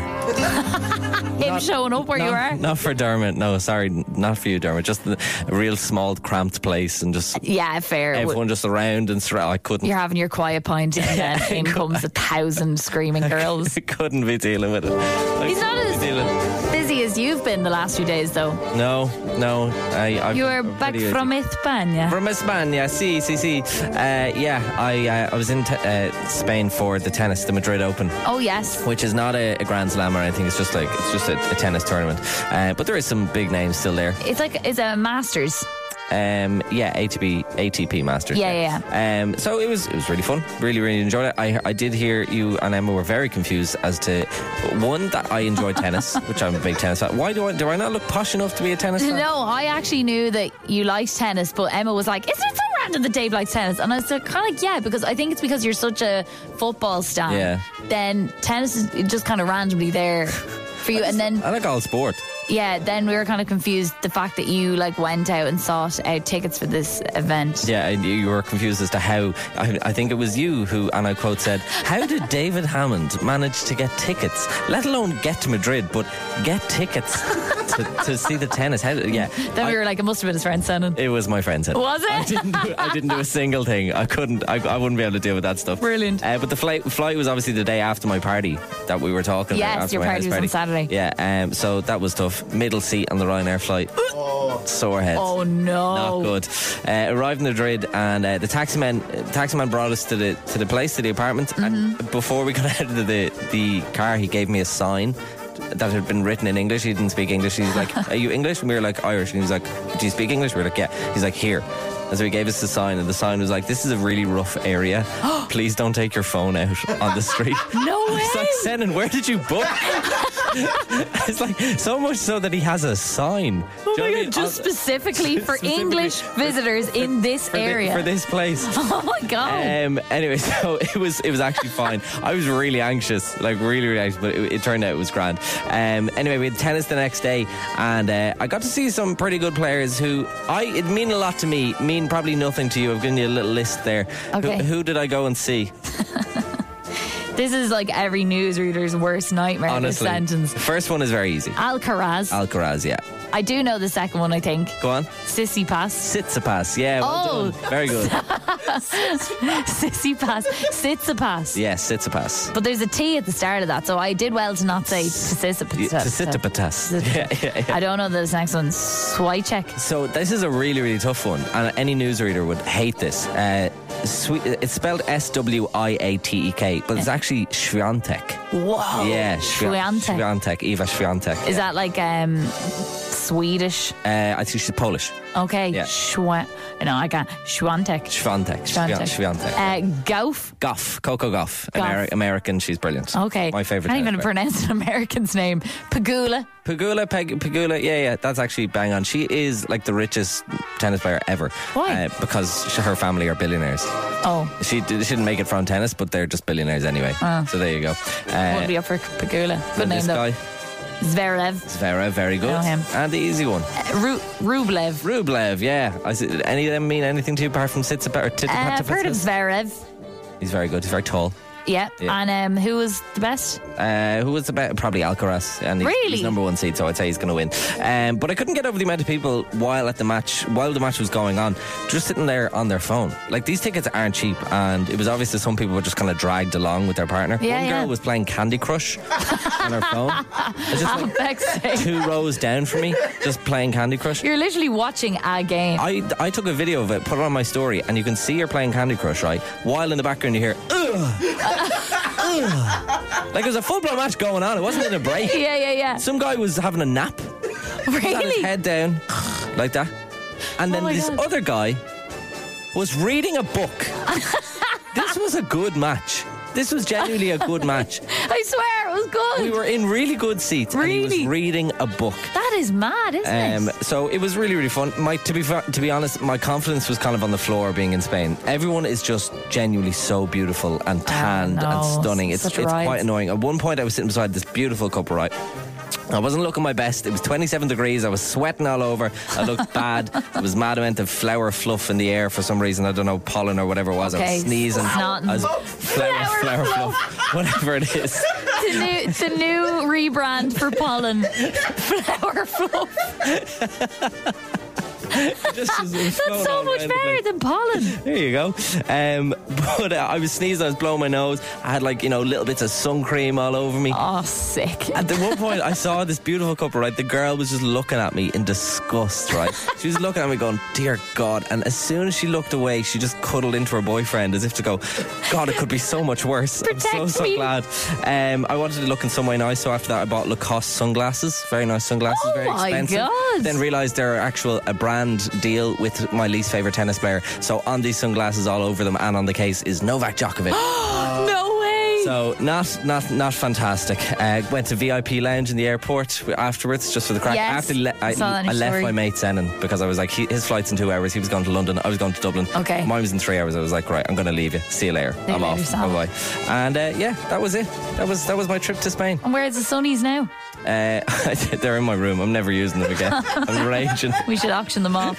Him showing up where you
Not-
are.
Not for Dermot. No, sorry, n- not for you, Dermot. Just the- a real small, cramped place, and just
Yeah, fair.
everyone just around and surround. I couldn't.
You're having your quiet pint and then in comes a thousand screaming girls.
I couldn't be dealing with it. I
He's not
couldn't
as-
be dealing-
Busy as you've been the last few days though.
No, no. I, I've
You
been
are back
pretty busy.
from España.
From España, sí, sí, sí. Uh, yeah, I uh, I was in te- uh, Spain for the tennis, the Madrid Open.
oh yes.
which is not a, a grand slam or anything. It's just like it's just a, a tennis tournament. Uh, but there is some big names still there.
It's like it's a masters.
Um, yeah, ATP ATP Masters.
Yeah, yeah,
Um, so it was it was really fun. Really, really enjoyed it. I I did hear you and Emma were very confused as to one that I enjoy tennis, which I'm a big tennis fan. Why do I do I not look posh enough to be a tennis fan?
No, I actually knew that you liked tennis, but Emma was like, "Isn't it so random that Dave likes tennis?" And I was like, kind of like, "Yeah," because I think it's because you're such a football stan.
Yeah.
Then tennis is just kind of randomly there for you, and then
I like all sport.
yeah, then we were kind of confused the fact that you like went out and sought out tickets for this event.
Yeah, and you- you were confused as to how. I, I think it was you who, and I quote, said, How did David Hammond manage to get tickets, let alone get to Madrid, but get tickets to, to see the tennis? How, did- yeah.
Then we
I-
were Oh. like, "It must have been his friend Shannon."
it was my friend said.
Was
I
it?
didn't, do, I didn't do a single thing. I couldn't. I, I wouldn't be able to deal with that stuff.
Brilliant.
Uh, but the flight flight was obviously the day after my party that we were talking.
Yes,
about after
your
my
party
house
was on Saturday.
Yeah. Um, so that was tough. Middle seat on the Ryanair flight. Sore head.
Oh no!
Not good. Uh, arrived in Madrid, and uh, the taxi man, taxi man brought us to the to the place, to the apartment.
Mm-hmm.
And before we got out of the, the the car, he gave me a sign that had been written in English. He didn't speak English. He's like, "Are you English?" And we were like, "Irish." And he was like, "Do you speak English?" We were like, "Yeah." He's like, "Here." And so he gave us the sign, and the sign was like, "This is a really rough area. Please don't take your phone out on the street."
No
I was
way!
like, Senan, where did you book? it's like so much so that he has a sign.
Oh
Do you know what
my
I
god!
mean?
Just
On-
specifically for
specifically
English visitors in this
for thi-
area.
for this place.
Oh my god!
Um, anyway, so it was it was actually fine. I was really anxious, like really, really anxious, but it, it turned out it was grand. Um, anyway, we had tennis the next day, and uh, I got to see some pretty good players who I it mean a lot to me, mean probably nothing to you. I've given you a little list there.
Okay.
Who, who did I go and see?
This is like every newsreader's worst nightmare.
Honestly,
This sentence.
The first one is very easy.
Alcaraz.
Alcaraz, yeah.
I do know the second one. I think
Go on.
Sissy Pass.
Tsitsipas, yeah. Well
Oh.
done. Very good.
Sissy Pass. Sitsa Pass.
Yeah, Tsitsipas.
But there's a T at the start of that, so I did well to not say Sissipas.
Tsitsipas. Yeah, yeah, yeah.
I don't know this next one. Swychek.
So this is a really, really tough one, and any newsreader would hate this. Uh, swe- it's spelled S W I A T E K, but it's actually Swiatek.
Whoa.
yeah, Swi-
Oh. Swiatek.
Swiatek, Eva Swiatek.
Is that like um, Swedish?
Uh, I think she's Polish.
Okay.
Yeah.
Schwa- no, I can't. Schwantek.
Swiatek. Swiatek.
Uh, Gauf.
Goff, Coco Goff,
Goff.
Ameri- American. She's brilliant.
Okay.
my favorite.
I can't even pronounce an American's name. Pagula.
Pagula, Peg- Pagula, yeah, yeah, that's actually bang on. She is like the richest tennis player ever.
Why?
Uh, because she, her family are billionaires.
Oh,
She, d- she didn't make it from tennis, but they're just billionaires anyway. So there you go. Uh,
would be up for Pagula. Good
And
Ah. name
this
though.
guy,
Zverev.
Zvera, very good.
Know him.
And the easy one.
Ru- Rublev.
Rublev, yeah. Is it- any of them mean anything to you apart from Sitsipa or
Uh,
Titipat?
I've heard of Zverev.
He's very good. He's very tall.
Yeah.
Yeah.
And um, who was the best?
Uh, who was the best? Probably Alcaraz. And he's,
Really?
he's number one seed, so I'd say he's going to win. Um, but I couldn't get over the amount of people while at the match, while the match was going on, just sitting there on their phone. Like these tickets aren't cheap, and it was obvious that some people were just kind of dragged along with their partner.
Yeah,
one
yeah.
girl was playing Candy Crush on her phone. It was just like
Vexing.
two rows down from me, just playing Candy Crush.
You're literally watching a game.
I, I took a video of it, put it on my story, and you can see her playing Candy Crush, right? While in the background you hear, ugh, ugh. Like it was a full blown match going on. It wasn't in a break.
yeah, yeah, yeah.
Some guy was having a nap, had his
really? Oh
head down, like that. And then
my
this
God.
other guy was reading a book. this was a good match. This was genuinely a good match.
I swear it was good.
We were in really good seats, and he
Really?
was reading a book.
That is mad, isn't
Um,
it?
so it was really, really fun. My, to be fa- to be honest, my confidence was kind of on the floor being in Spain. Everyone is just genuinely so beautiful and tanned
no,
and stunning. It's
such
it's
rides.
quite annoying. At one point, I was sitting beside this beautiful couple, right? I wasn't looking my best. It was 27 degrees. I was sweating all over. I looked bad. There was mad amount of flower fluff in the air for some reason. I don't know, pollen or whatever it was. I
Okay,
was sneezing.
snotting.
I was flower, flower
Flower
fluff, whatever it is.
the, new, the new rebrand for pollen. Flower fluff.
Just as it was
That's
floating
so
all
much
around the place.
better than pollen.
There you go. Um, but uh, I was sneezing, I was blowing my nose. I had like, you know, little bits of sun cream all over me.
Oh, sick.
At the one point, I saw this beautiful couple, right? The girl was just looking at me in disgust, right? She was looking at me going, Dear God. And as soon as she looked away, she just cuddled into her boyfriend as if to go, God, it could be so much worse. I'm
Protect
so,
me.
so glad. Um, I wanted to look in some way nice, so after that, I bought Lacoste sunglasses. Very nice sunglasses,
Oh
very
my
expensive.
God.
Then realised they're actual a brand deal with my least favourite tennis player. So on these sunglasses, all over them, and on the case is Novak Djokovic.
no way.
So not not not fantastic. Uh, went to VIP lounge in the airport afterwards just for the crack.
Yes,
I actually le- I,
saw that in
I
your
left
story.
my mate Zenon because I was like, he, his flight's in two hours. He was going to London. I was going to Dublin.
Okay.
Mine was in three hours. I was like, right, I'm going to leave you. See you later.
See you
I'm
later,
off.
Sam.
Bye bye. And uh, yeah, that was it. That was that was my trip to Spain.
and where's the sunnies now?
Uh, they're in my room. I'm never using them again. I'm raging.
We should auction them off.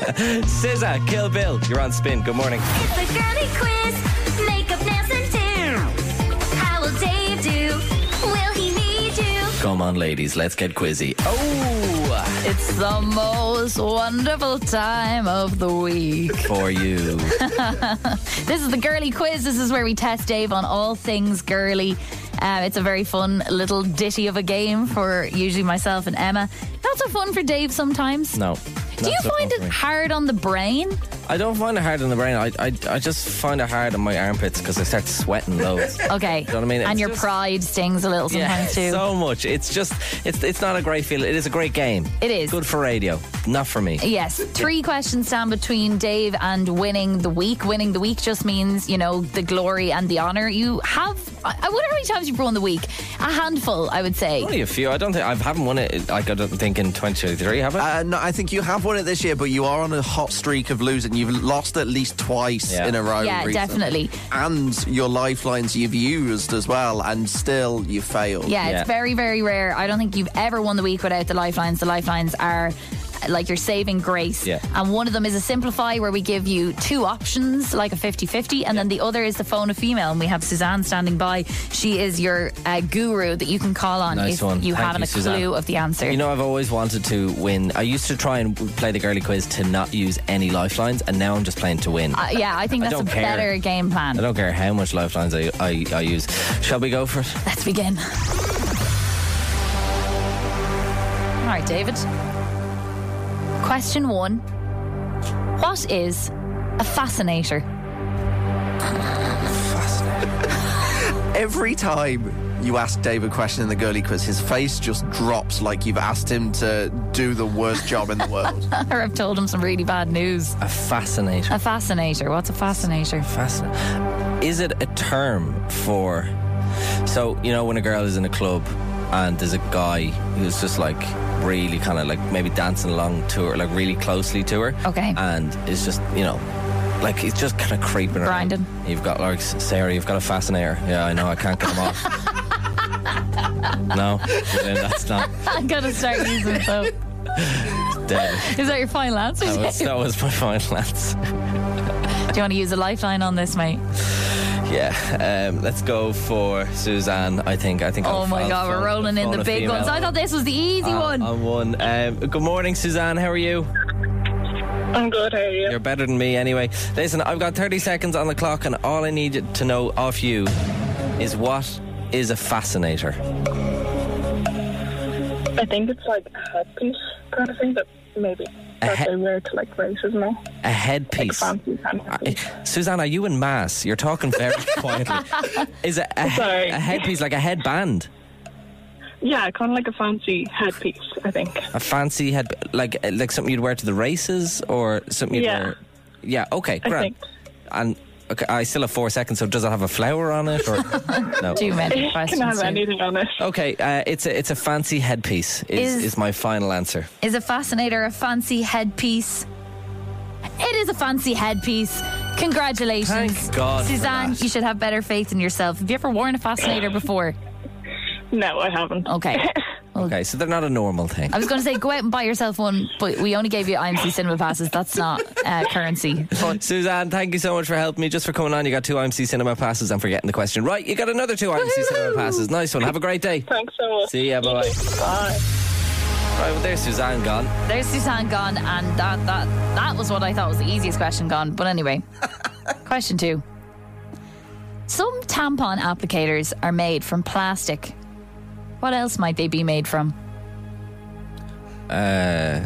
SZA, Kill Bill. You're on spin. Good morning.
It's a girly quiz, makeup, nails, and do. How will Dave do? Will he need you?
Come on, ladies. Let's get quizzy. Oh,
it's the most wonderful time of the week.
for you.
This is the girly quiz. This is where we test Dave on all things girly. Um, it's a very fun little ditty of a game for usually myself and Emma. Not so fun for Dave sometimes.
No.
Do you
That's
find
all for
it
me.
hard on the brain?
I don't find it hard on the brain. I, I, I just find it hard on my armpits because I start sweating loads.
Okay.
know what I mean?
And
It's
your
just-
pride stings a little
Yeah,
sometimes too.
so much. It's just, it's it's not a great feeling. It is a great game.
It is.
good for radio, not for me.
Yes, three questions stand between Dave and winning the week. Winning the week just means, you know, the glory and the honour. You have, I I wonder how many times you've won the week. A handful, I would say.
Only a few. I don't think I haven't won it. Like I don't think in 2023, have I?
Uh, no, I think you have won it this year, but you are on a hot streak of losing. You've lost at least twice
Yeah.
in a row.
Yeah,
recently.
definitely.
And your lifelines you've used as well, and still you failed.
Yeah,
Yeah.
it's very, very rare. I don't think you've ever won the week without the lifelines. The lifelines are uh, like your saving grace.
Yeah.
And one of them is a simplify where we give you two options, like a 50 50. And then the other is the phone a female. And we have Suzanne standing by. She is your uh, guru that you can call on
Nice
if
one.
you
Thank
haven't
you,
a
Suzanne.
clue of the answer.
You know, I've always wanted to win. I used to try and play the girly quiz to not use any lifelines, and now I'm just playing to win.
Uh, yeah, I think
I
that's a
don't care.
better game
I
plan.
don't care how much lifelines I, I, I use. Shall we go for it?
Let's begin. All right, David. Question one What is a fascinator?
Every time you ask Dave a question in the girly quiz, his face just drops like you've asked him to do the worst job in the world.
Or I've told him some really bad news.
A fascinator.
A fascinator. What's a fascinator?
Fascinating. Is it a term for? So you know when a girl is in a club and there's a guy who's just like really kind of like maybe dancing along to her, like really closely to her.
Okay.
And it's just you know. Like he's just kind of creeping around.
Grinding.
You've got like Sarah. You've got a fascinator. Yeah, I know. I can't get him off. no, then that's not
I gotta start using them.
dead.
Is that your final answer?
That was,
Dave?
that was my final answer.
Do you want to use a lifeline on this, mate?
Yeah. Um, let's go for Suzanne. I think. I think.
Oh
I'll-
my
I'll
god,
phone-
we're rolling in
phone
the
a
big
female. Uh,
ones. I thought this was the easy one.
On one. Um, good morning, Suzanne. How are you?
I'm good, how are you?
You're better than me, anyway. Listen, I've got 30 seconds on the clock, and all I need to know off you is what is a fascinator.
I think it's like a headpiece kind of thing that maybe that
head-
they wear to like races now.
A headpiece.
Fancy kind of
I-
headpiece.
Suzanne, are you in mass? You're talking very quietly. Is it a, he-
Sorry.
a headpiece like a headband?
Yeah, kind of like a fancy headpiece, I think.
A fancy head, like like something you'd wear to the races, or something you'd
Yeah.
wear. Yeah. Okay.
I
Great.
think.
And okay, I still have four seconds. So does it have a flower on it? Or no?
Too many
Can have
questions. here.
anything on it.
Okay, uh, it's a it's a fancy headpiece. Is,
Is-
is my final answer?
Is a fascinator a fancy headpiece? It is a fancy headpiece. Congratulations.
Thank God for
Suzanne,
that.
you should have better faith in yourself. Have you ever worn a fascinator before?
No, I haven't.
Okay.
Okay, so they're not a normal thing.
I was going to say go out and buy yourself one, but we only gave you IMC cinema passes. That's not uh, currency. But
Suzanne, thank you so much for helping me. Just for coming on, you got two IMC cinema passes. I'm forgetting the question. Right, you got another two IMC cinema passes. Nice one. Have a great day.
Thanks so much.
See ya. Bye bye. Right, well, there's Suzanne gone.
there's Suzanne gone, and that that that was what I thought was the easiest question gone. But anyway, question two. Some tampon applicators are made from plastic. What else might they be made from?
Uh,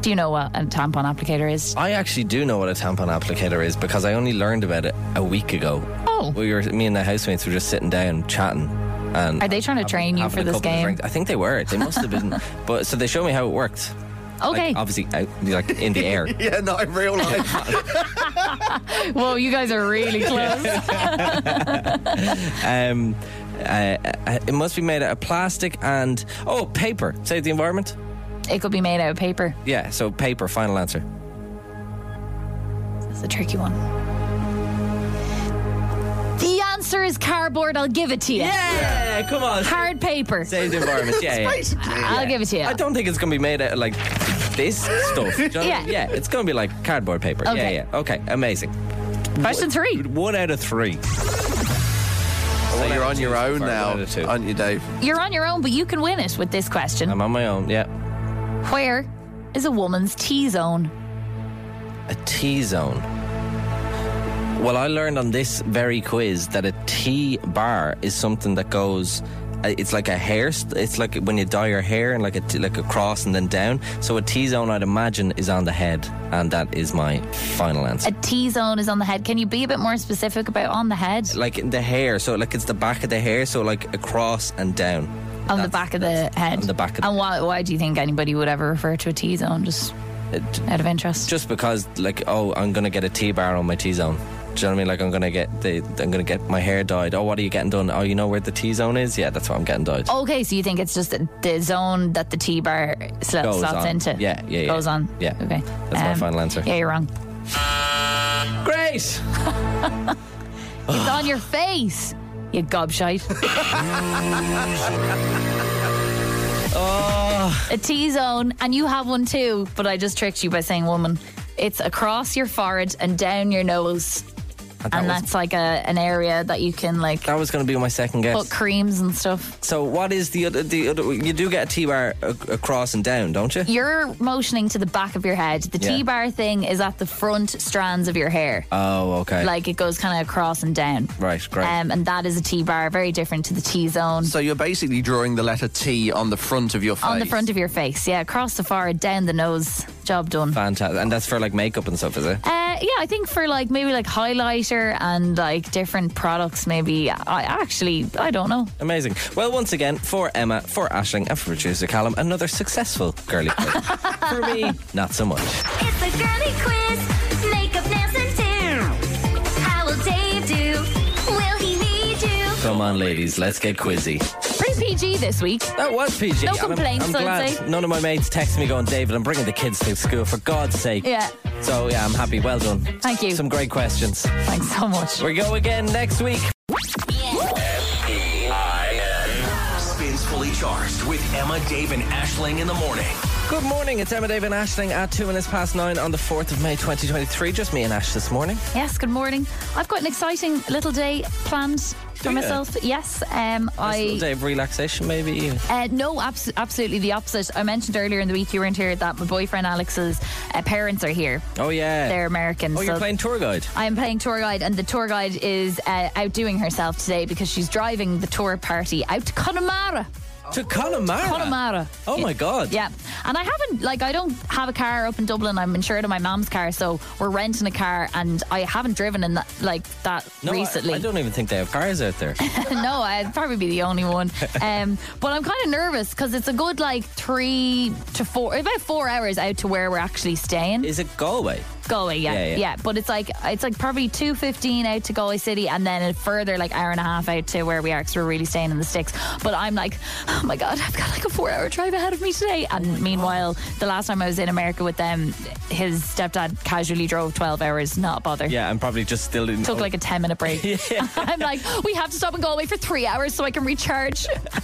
Do you know what a tampon applicator is?
I actually do know what a tampon applicator is because I only learned about it a week ago.
Oh.
We were, me and the housemates were just sitting down chatting. And
Are they trying to train you
having
for
a
this
couple of
game?
drinks. I think they were. They must have been. but so they showed me how it worked.
Okay.
Like, obviously, out, like in the air.
Yeah, not in real life.
Whoa, you guys are really close.
Um, uh, uh, it must be made out of plastic and oh, paper. Save the environment.
It could be made out of paper.
Yeah, so paper. Final answer.
That's a tricky one. The answer is cardboard. I'll give it to you.
Yeah, come on.
Hard paper.
Save the environment. Yeah, yeah.
I'll give it to you.
I don't think it's gonna be made out of like this stuff. Do you know what I mean? yeah,
Yeah.
it's gonna be like cardboard paper.
Okay.
Yeah, yeah. Okay, amazing.
Question three.
One out of three.
so you're on your own
Sorry,
now,
one out of two.
aren't you, Dave?
You're on your own, but you can win it with this question.
I'm on my own. Yeah,
Where is a woman's T zone?
a T zone. Well, I learned on this very quiz that a T bar is something that goes. uh, It's like a hair. It's like when you dye your hair and like a t- like a cross and then down. So a T zone, I'd imagine, is on the head, and that is my final answer.
A T zone is on the head. Can you be a bit more specific about on the head?
like in the hair. So like it's the back of the hair. So like across and down.
On the back of the head.
on the back of the-
And why, why do you think anybody would ever refer to a T zone? Just
It-
out of interest.
just because like oh I'm gonna get a T bar on my T zone. Do you know what I mean? Like I'm gonna get the I'm gonna get my hair dyed. Oh, what are you getting done? Oh, you know where the T zone is? Yeah, that's what I'm getting dyed.
Okay, so you think it's just the- the zone that the T bar sl-
Goes
slots
on.
into?
Yeah, yeah, yeah.
Goes on.
Yeah.
Okay. Um,
That's my final answer.
Yeah, you're wrong.
Great.
It's on your face, you gobshite.
Oh,
a T zone, and you have one too, but I just tricked you by saying woman. It's across your forehead and down your nose,
that
and
was,
that's like a an area that you can like
that was gonna be my second guess.
put creams and stuff.
So what is the other the other? You do get a T bar ac- across and down, don't you?
You're motioning to the back of your head. The
Yeah.
T bar thing is at the front strands of your hair.
Oh, okay.
like it goes kind of across and down.
right, great.
Um, and that is a T bar, very different to the T zone.
So you're basically drawing the letter T on the front of your face.
on the front of your face, yeah, across the forehead, down the nose, job done.
Fantastic. And that's for like makeup and stuff, is it?
Uh, yeah, I think for like maybe like highlighter and like different products, maybe. I actually, I don't know.
Amazing. Well, once again, for Emma, for Ashling, and for producer Callum, another successful girly quiz. for me, not so much.
It's a girly quiz. Makeup, nails, and do. How will Dave do? Will he need you?
Come on, ladies, let's get quizzy.
Pretty PG this week.
That was PG.
No
and I'm-
complaints,
I'm,
I'd
glad
say.
none of my mates texted me going, David, I'm bringing the kids to school for God's sake.
Yeah.
So yeah, I'm happy. Well done.
Thank you.
Some great questions.
Thanks so much.
We go again next week.
Spins fully charged with Emma, Dave, and Ashling in the morning.
Good morning. It's Emma, Dave, and Ashling at two minutes past nine on the fourth of May, twenty twenty-three. Just me and Ash this morning.
Yes, good morning. I've got an exciting little day planned for
ya?
myself. Yes, um,
Nice
I.
little day of relaxation, maybe.
Uh, no, abs- absolutely the opposite. I mentioned earlier in the week you weren't here that my boyfriend Alex's uh, parents are here.
Oh yeah.
They're American.
oh, you're
so
playing tour guide.
I'm playing tour guide, and the tour guide is uh, outdoing herself today because she's driving the tour party out to Connemara.
To Connemara.
Connemara.
Oh my God.
Yeah, and I haven't like I don't have a car up in Dublin. I'm insured on my mom's car, so we're renting a car, and I haven't driven in that like that
No, I-
recently.
I, don't even think they have cars out there.
no, I'd probably be the only one. Um, but I'm kind of nervous because it's a good like three to four, about four hours out to where we're actually staying.
Is it Galway?
Galway, yeah,
Yeah,
yeah,
yeah.
But it's like it's like probably two fifteen out to Galway City, and then a further like hour and a half out to where we are, because we're really staying in the sticks. But I'm like, oh my god, I've got like a four hour drive ahead of me today. And meanwhile, the last time I was in America with them, his stepdad casually drove twelve hours, not bother.
Yeah, and probably just still didn't.
Took like a ten minute break. I'm like, we have to stop in Galway for three hours so I can recharge.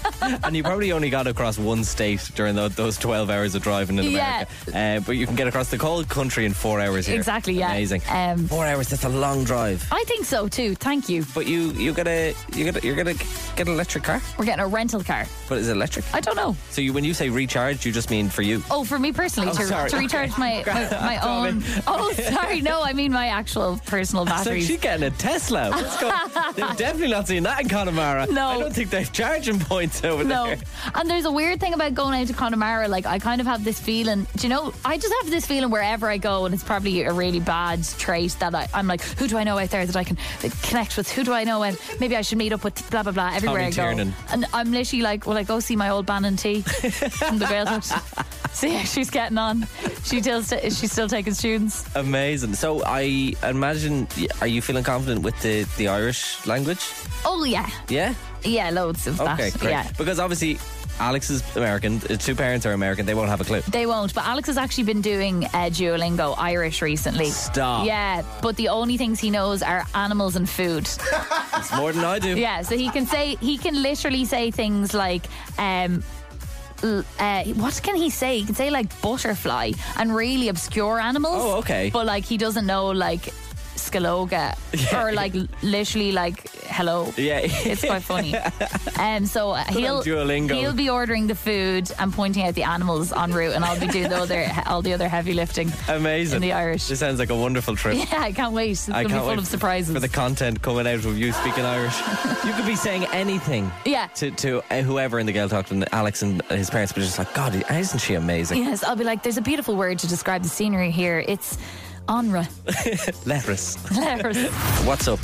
and you probably only got across one state during tho- those 12 hours of driving in
Yeah.
America. Uh, but you can get across the whole country in four hours here.
Exactly, yeah.
Amazing.
Um,
four hours, that's a long drive.
I think so too. Thank you.
But you, you gotta, you gotta, you're gonna get an electric car.
We're getting a rental car.
But is it electric?
I don't know.
So you, when you say recharge, you just mean for you.
Oh, for me personally,
Oh,
to,
sorry.
to recharge my, my, my own. Oh, sorry. No, I mean my actual personal
So
batteries.
she's getting a Tesla. Let's go. They've definitely not seen that in Connemara.
No.
I don't think they have charging points over
no.
there.
And there's a weird thing about going out to Connemara. Like, I kind of have this feeling, do you know, I just have this feeling wherever I go, and it's probably a really bad trait that I, I'm like, who do I know out there that I can uh, connect with? Who do I know? And maybe I should meet up with blah, blah, blah everywhere I
Tommy
go.
Tiernan.
And I'm literally like, will I go see my old Bannon T from the girls? See how she's getting on. She still, she's still taking students.
Amazing. So I imagine, are you feeling confident with the, the Irish language?
Oh, yeah.
Yeah.
Yeah, loads of that.
Okay, great.
Yeah.
Because obviously, Alex is American. His two parents are American. They won't have a clue.
They won't, but Alex has actually been doing uh, Duolingo Irish recently.
Stop.
Yeah, but the only things he knows are animals and food.
It's more than I do.
yeah, so he can say, he can literally say things like, um, l- uh, what can he say? He can say like butterfly and really obscure animals.
Oh, okay.
But like he doesn't know like Scaloga or like l- literally like hello.
Yeah.
It's quite funny. Um, so uh, he'll
Duolingo.
he'll be ordering the food and pointing out the animals en route, and I'll be doing the other all the other heavy lifting.
Amazing.
In the Irish.
This sounds like a wonderful trip.
Yeah, I can't wait. It's
I
gonna be
can't
full
wait
of surprises.
for the content coming out of you speaking Irish. You could be saying anything
Yeah.
to, to uh, whoever in the Gael talked and Alex and his parents were just like, God, isn't she amazing?
yes, I'll be like, there's a beautiful word to describe the scenery here. It's onra.
Leprous.
well,
What's up?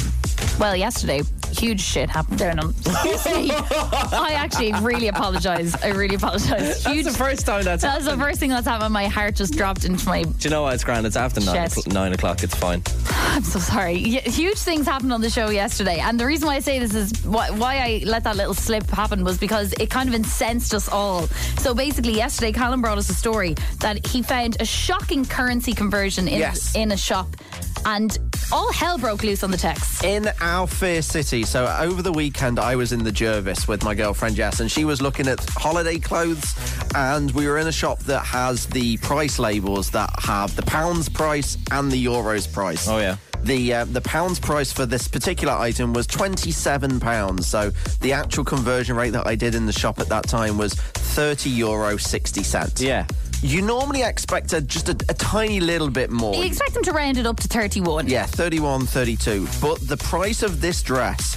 yesterday, huge shit happened there. And I'm- excuse me. I actually really apologise. I really apologise.
That's
Huge.
the first time that's
That's the first thing that's happened. My heart just dropped into my
Do you know what? It's grand. It's after nine,
Shit.
o'clock- nine o'clock. It's fine.
I'm so sorry. Y- Huge things happened on the show yesterday, and the reason why I say this is why, why I let that little slip happen was because it kind of incensed us all. So basically, yesterday, Colin brought us a story that he found a shocking currency conversion in
Yes.
in a shop, and all hell broke loose on the text.
In our fair city, so over the weekend, I was in the Jervis with my girlfriend Jess, and she was looking at holiday clothes. And we were in a shop that has the price labels that have the pounds price and the euros price.
Oh, yeah.
The uh, the pounds price for this particular item was twenty seven pounds. So the actual conversion rate that I did in the shop at that time was thirty euro sixty cents.
Yeah.
You normally expect a, just a, a tiny little bit more.
You expect them to round it up to 31.
Yeah, 31, 32. But the price of this dress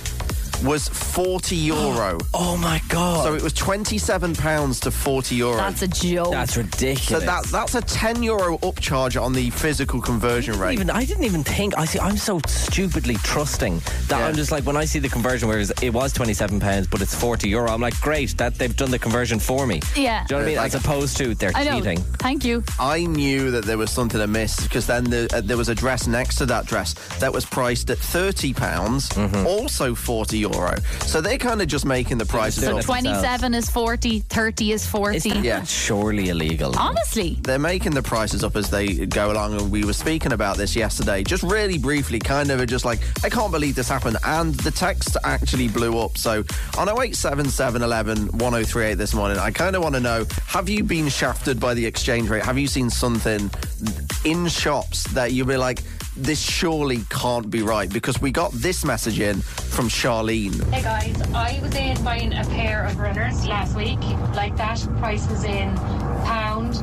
was 40 euro.
Oh my God.
so it was 27 pounds to 40 euro.
That's a joke.
that's ridiculous.
so that that's a 10 euro upcharge on the physical conversion
I
rate.
didn't even I didn't even think. I see. I'm so stupidly trusting that
Yeah.
I'm just like when I see the conversion where it's- it was 27 pounds, but it's 40 euro. I'm like, great that they've done the conversion for me.
Yeah.
Do you know what I mean?
Like-
As opposed to they're
I know.
cheating.
Thank you.
I knew that there was something amiss because then the, uh, there was a dress next to that dress that was priced at 30 pounds, also 40 euro. So they're kind of just making the prices
doing
up.
it.
27 is 40, 30 is 40.
Is that
Yeah.
surely illegal?
Honestly.
they're making the prices up as they go along and we were speaking about this yesterday just really briefly kind of just like i can't believe this happened and the text actually blew up so on 0877111038 this morning i kind of want to know have you been shafted by the exchange rate have you seen something in shops that you'll be like this surely can't be right because we got this message in from charlene
Hey guys, I was in buying a pair of runners last week. Like that, price was in pound,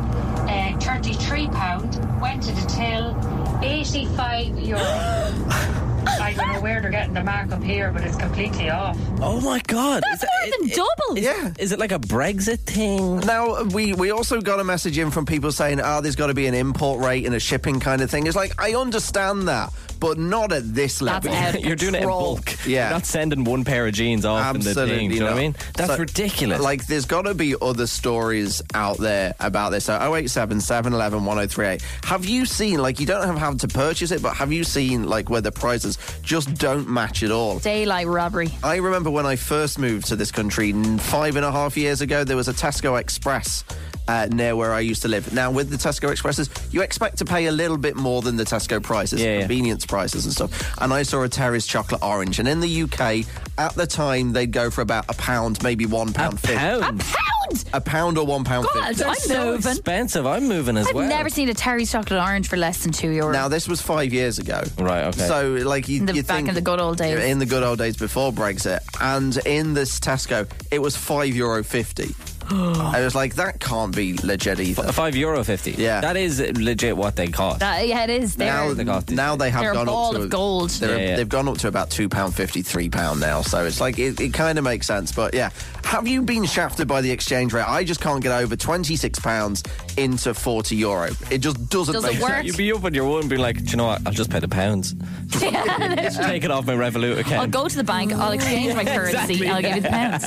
uh, 33 pound. Went to the till, 85 euro. I don't know where they're getting the markup here, but it's completely off.
Oh my god.
That's more than double.
Is,
Yeah.
Is it like a Brexit thing?
Now we we also got a message in from people saying, "Ah, there's got to be an import rate and a shipping kind of thing." It's like I understand that, but not at this level.
out of You're doing it in control. bulk.
Yeah.
You're not sending one pair of jeans off in the thing. Do you know what I mean? That's
So,
ridiculous.
Like, there's got to be other stories out there about this. So, 087 711 1038. Have you seen, like, you don't have, have to purchase it, but have you seen, like, where the prices just don't match at all?
Daylight robbery.
I remember when I first moved to this country n- five and a half years ago, there was a Tesco Express uh, near where I used to live. Now, with the Tesco Expresses, you expect to pay a little bit more than the Tesco prices, convenience prices and stuff. And I saw a Terry's chocolate orange. And in the UK, at the time, they'd go for about a pound, maybe one pound fifty.
pound?
Pound!
A pound or one pound
God,
fifty.
I'm
so
moving.
expensive. I'm moving as
I've
well.
never seen a Terry's chocolate orange for less than two euros.
Now, this was five years ago.
Right, okay.
So, like, you,
In the-
you
back
think
in the good old days.
in the good old days before Brexit, and in this Tesco, it was five euro fifty. I was like, that can't be legit either.
Five euro fifty.
Yeah,
That is legit what they cost.
That- Uh, yeah, it is.
now,
They're,
now they have
they're a
gone
ball
up to
of gold.
they're- They've gone up to about two pound fifty, three pound now. So it's like it, it kind of makes sense. But yeah, have you been shafted by the exchange rate? I just can't get over twenty six pounds into forty euro. It just doesn't, make sense.
You'd be up on your one, be like, do you know what? I'll just pay the pounds. Just take it off my Revolut
I'll
account.
go to the bank. I'll exchange my
Yeah,
currency.
exactly.
I'll give you the pounds.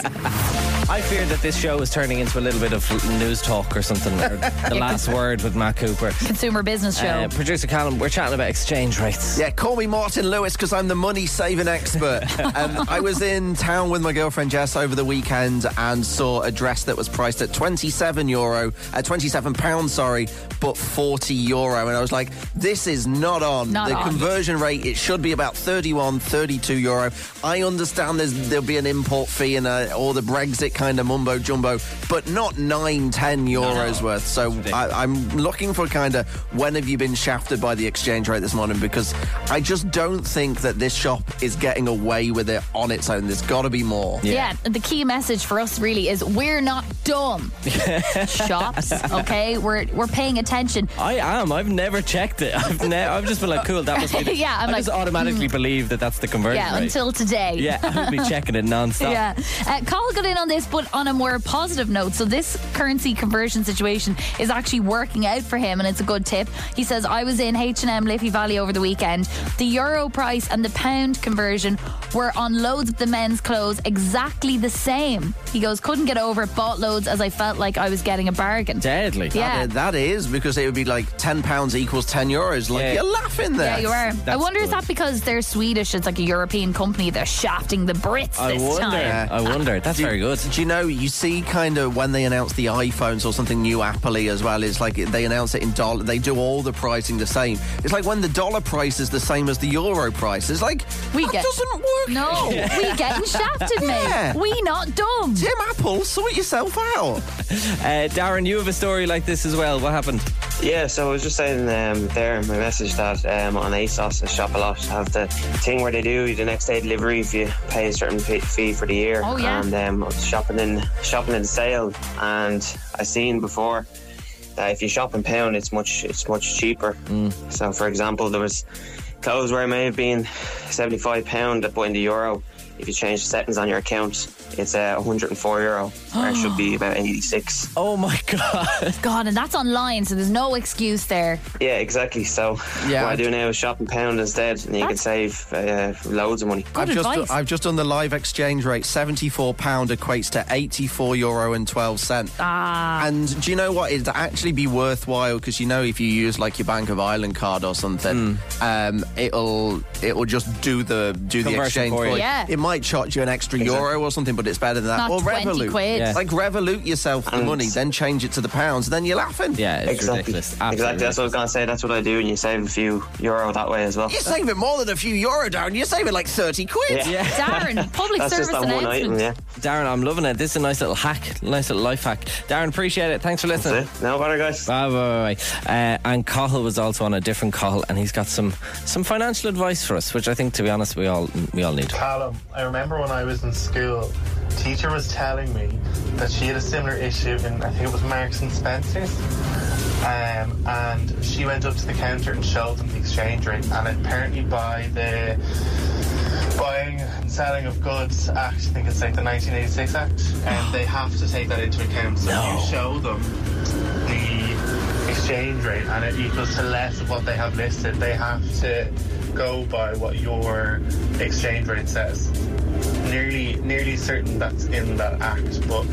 I fear that this show is turning into a little bit of news talk or something. Or the last word with Matt Cooper.
Consumer business show.
Uh, producer Callum, we're chatting about exchange rates.
Yeah, call me Martin Lewis because I'm the money saving expert. um, I was in town with my girlfriend Jess over the weekend and saw a dress that was priced at 27 euro, uh, 27 pounds, sorry, but 40 euro. And I was like, this is not on.
Not
the
on.
conversion rate, it should be about 31, 32 euro. I understand there's, there'll be an import fee and uh all the Brexit kind of mumbo jumbo, but not 9, 10 euros worth. So I, I'm looking for kind of when have you been shafted by the exchange rate this morning because I just don't think that this shop is getting away with it on its own. There's got to be more.
Yeah. the key message for us really is we're not dumb. Shops, okay? We're we're paying attention.
I am. I've never checked it. I've, ne- I've just been like, cool, that must be. the-
Yeah, I'm
I
like, "Hmm."
just automatically believe that that's the conversion
yeah,
rate.
until today.
Yeah, I would be checking it non-stop.
Yeah. Uh, Carl got in on this, but on a more positive note. So, this currency conversion situation is actually working out for him, and it's a good tip. He says, I was in H&M Liffey Valley over the weekend. The euro price and the pound conversion were on loads of the men's clothes exactly the same. He goes, couldn't get over it, bought loads as I felt like I was getting a bargain.
Deadly.
Yeah.
That, that is because it would be like ten pounds equals ten euros. Like
Yeah.
you're laughing there.
Yeah, you are. I
that's
wonder is
good.
that because they're Swedish? It's like a European company. They're shafting the Brits
I
this
wonder.
time.
I wonder. That's very good.
Do you know, you see kind of when they announce the iPhones or something new Apple as well, it's like they announce it in dollar, they do all the pricing the same. It's like when the dollar price is the same as the euro price. It's like,
We
that
get-
doesn't work.
No, we getting shafted, mate.
Yeah.
We not dumb.
Tim Apple, sort yourself out.
Uh, Darren, you have a story like this as well. What happened?
Yeah, so I was just saying um, there in my message that um, on ASOS and Shop a Lot have the thing where they do the next day delivery if you pay a certain fee- fee for the year.
Oh, yeah.
And um, I was shopping in shopping in the sale, and I seen before that if you shop in pound, it's much it's much cheaper. So, for example, there was clothes where it may have been seventy five pound, but in the euro, if you change the settings on your account, it's uh, one hundred and four euro, where it should be about eighty six.
Oh my god.
God, and that's online, so there's no excuse there.
Yeah, exactly. So
Yeah,
what
I-
I do now is shop in pound instead, and you can save uh, loads of money.
I've just uh, I've just done the live exchange rate. Seventy four pound equates to eighty four euro and twelve cent. Ah. And do you know what? It'd actually be worthwhile because you know if you use like your Bank of Ireland card or something,
Hmm.
um, it'll it'll just do the do the
Conversion
exchange
for you.
Yeah.
It might charge you an extra euro or something, but it's better than that.
Not
or
20
Revolut,
quid. Yeah.
like Revolut yourself the money, then change it to the pounds, then you're laughing.
Yeah, it's
Exactly.
ridiculous.
Exactly. That's what I was gonna say. That's what I do, and you save a few euro that way as well.
You're saving more than a few euro down. You're saving like thirty quid.
Yeah.
Darren, public
That's
service
just on one
announcement.
item, yeah.
Darren, I'm loving it. This is a nice little hack, nice little life hack. Darren, appreciate it. Thanks for listening.
That's it. No bother, guys.
Bye, bye, bye, bye. Uh, and Cahill was also on a different call, and he's got some some financial advice for us, which I think, to be honest, we all we all need.
Callum, I remember when I was in school, teacher was telling me that she had a similar issue in, I think it was Marks and Spencer's. Um, and she went up to the counter and showed them the exchange rate. And apparently, by the buying and selling of goods act, I think it's like the 1986 act, and they have to take that into account. So if you show them the exchange exchange rate and it equals to less of what they have listed, they have to go by what your exchange rate says. Nearly, nearly certain that's in that act, but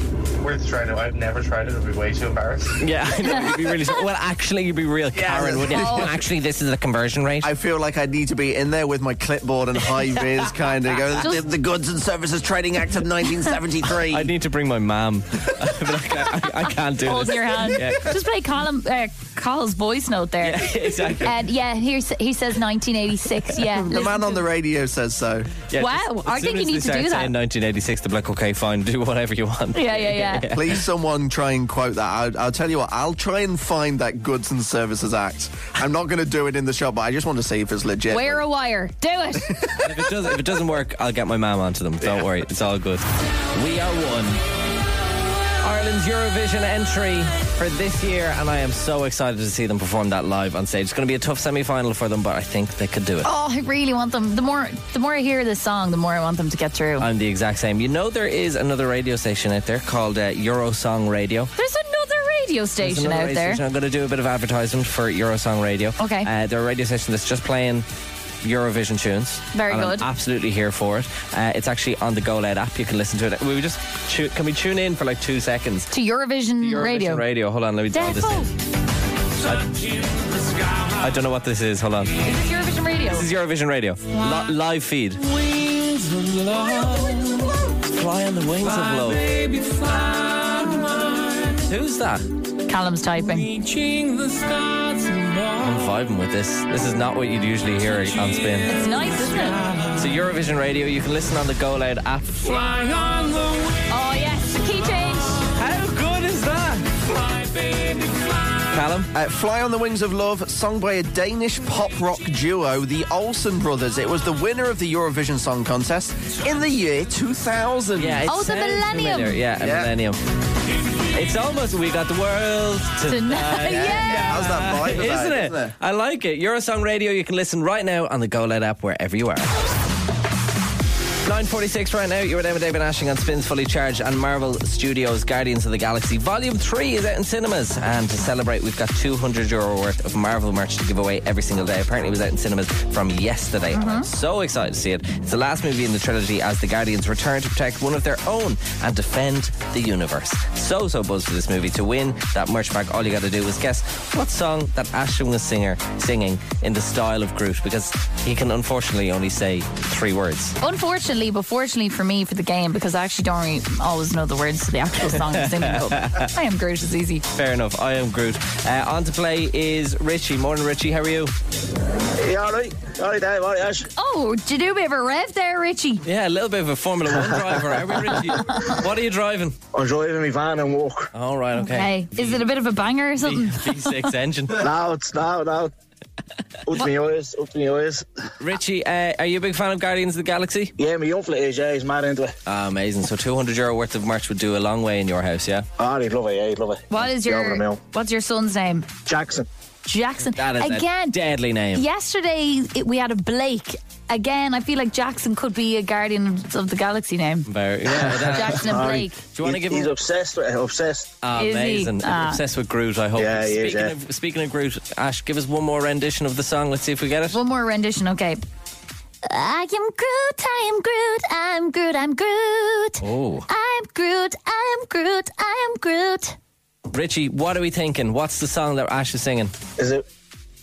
worth trying it. I've never tried it. It'd be way too embarrassed.
Yeah, I know. You'd be really. Well, actually, you'd be real Karen, wouldn't
Oh.
you? Actually, this is the conversion rate.
I feel like I'd need to be in there with my clipboard and high vis kind of go. The, the Goods and Services Trading Act of 1973.
I need to bring my mum. I, I can't do
Holding
this.
your hand.
Yeah.
Just play Colin, uh, Cole's voice note there.
Yeah, exactly.
And yeah, here's, he says 1986. Yeah.
the man on the radio says so.
Yeah,
Wow,
just- as
I think
soon
you
as
need
they
to
start
do that.
saying 1986, they're like, okay, fine, do whatever you want.
Yeah, yeah, yeah.
Please, someone try and quote that. I'll, I'll tell you what. I'll try and find that Goods and Services Act. I'm not going to do it in the show, but I just want to see if it's legit.
Wear a wire. Do it.
And if it does, if it doesn't work, I'll get my mum onto them. Don't worry, it's all good. We are one. Ireland's Eurovision entry for this year, and I am so excited to see them perform that live on stage. It's going to be a tough semi-final for them, but I think they could do it.
Oh, I really want them. The more the more I hear this song, the more I want them to get through.
I'm the exact same. You know, there is another radio station out there called uh, Eurosong Radio.
There's another radio
There's
station
another
out
radio
there.
station. I'm going to do a bit of advertisement for Eurosong Radio.
Okay.
Uh, they're a radio station that's just playing Eurovision tunes.
Very
and I'm
good.
absolutely here for it. Uh, it's actually on the Go Loud app. You can listen to it. We just tu- can we tune in for like two seconds?
To Eurovision,
Eurovision
Mm, Radio.
Radio. Hold on, let me dial this
Defo.
in. I don't know what this is. Hold on.
Is this Eurovision Radio?
This is Eurovision Radio. Li- live feed.
Wings of love.
Fly on the wings of
My
love.
baby, fly to mine.
Who's that?
Callum's typing.
Reaching the stars above.
I'm vibing with this. This is not what you'd usually hear on spin.
It's nice, isn't it?
So Eurovision Radio, you can listen on the Go Loud app.
Fly on the wings.
Oh yes, the key change.
How good is that?
Fly, baby, fly.
Callum?
Uh, Fly on the Wings of Love, sung by a Danish pop rock duo, the Olsen Brothers. It was the winner of the Eurovision Song Contest in the year 2000.
Yeah, it
Oh, the
sounds
millennium.
familiar. Yeah, a
Yeah.
millennium. It's almost we got the world
Tonight.
tonight.
Yeah.
How's that vibe?
Isn't
about
it?
isn't it?
I like it. Eurosong Radio, you can listen right now on the Go Let app wherever you are. 9.46 right now, you're with Emma David Ashing on Spins Fully Charged and Marvel Studios Guardians of the Galaxy. Volume 3 is out in cinemas and to celebrate we've got 200 euro worth of Marvel merch to give away every single day. Apparently it was out in cinemas from yesterday and I'm so excited to see it. It's the last movie in the trilogy as the Guardians return to protect one of their own and defend the universe. So, so buzzed for this movie. To win that merch pack, all you gotta do is guess what song that Ashton was singer singing in the style of Groot because he can unfortunately only say three words.
Unfortunately, but fortunately for me for the game because I actually don't really always know the words to the actual song I'm singing. But I am Groot is easy.
Fair enough. I am Groot. Uh, on to play is Richie. Morning, Richie. How are you?
Yeah, all right. All right, Dave. All right, Ash.
Oh, did you do a bit of a rev there, Richie?
Yeah, a little bit of a Formula One driver. Are we, Richie? What are you driving?
I'm driving my van and walk.
All right. Okay.
Hey, is it a bit of a banger or something?
V6 engine.
No, it's no, no. Up to my eyes, up to my eyes.
Richie, uh, are you a big fan of Guardians of the Galaxy?
Yeah, my young fella is, yeah, he's mad into it.
Ah, amazing. So 200 euro worth of merch would do a long way in your house, yeah?
Oh, he'd love it, yeah, he'd love it.
What is
Yeah, over the
your
mill.
what's your son's name?
Jackson.
Jackson.
That is
Again,
a deadly name.
Yesterday it, we had a Blake. Again, I feel like Jackson could be a Guardian of the Galaxy name.
Very, yeah, that-
Jackson and
Aye.
Blake.
Do you want to
He's-
give
He's
him
obsessed with it, obsessed.
Ah,
Is he?
amazing?
Ah.
Obsessed with Groot, I hope.
Yeah, he is,
speaking,
yeah.
Of, speaking of Groot, Ash, give us one more rendition of the song. Let's see if we get it.
One more rendition, okay.
I am Groot, I am Groot, I'm Groot, I'm Groot.
Oh.
I'm Groot, I am Groot, I am Groot.
Richie, what are we thinking? What's the song that Ash is singing?
Is it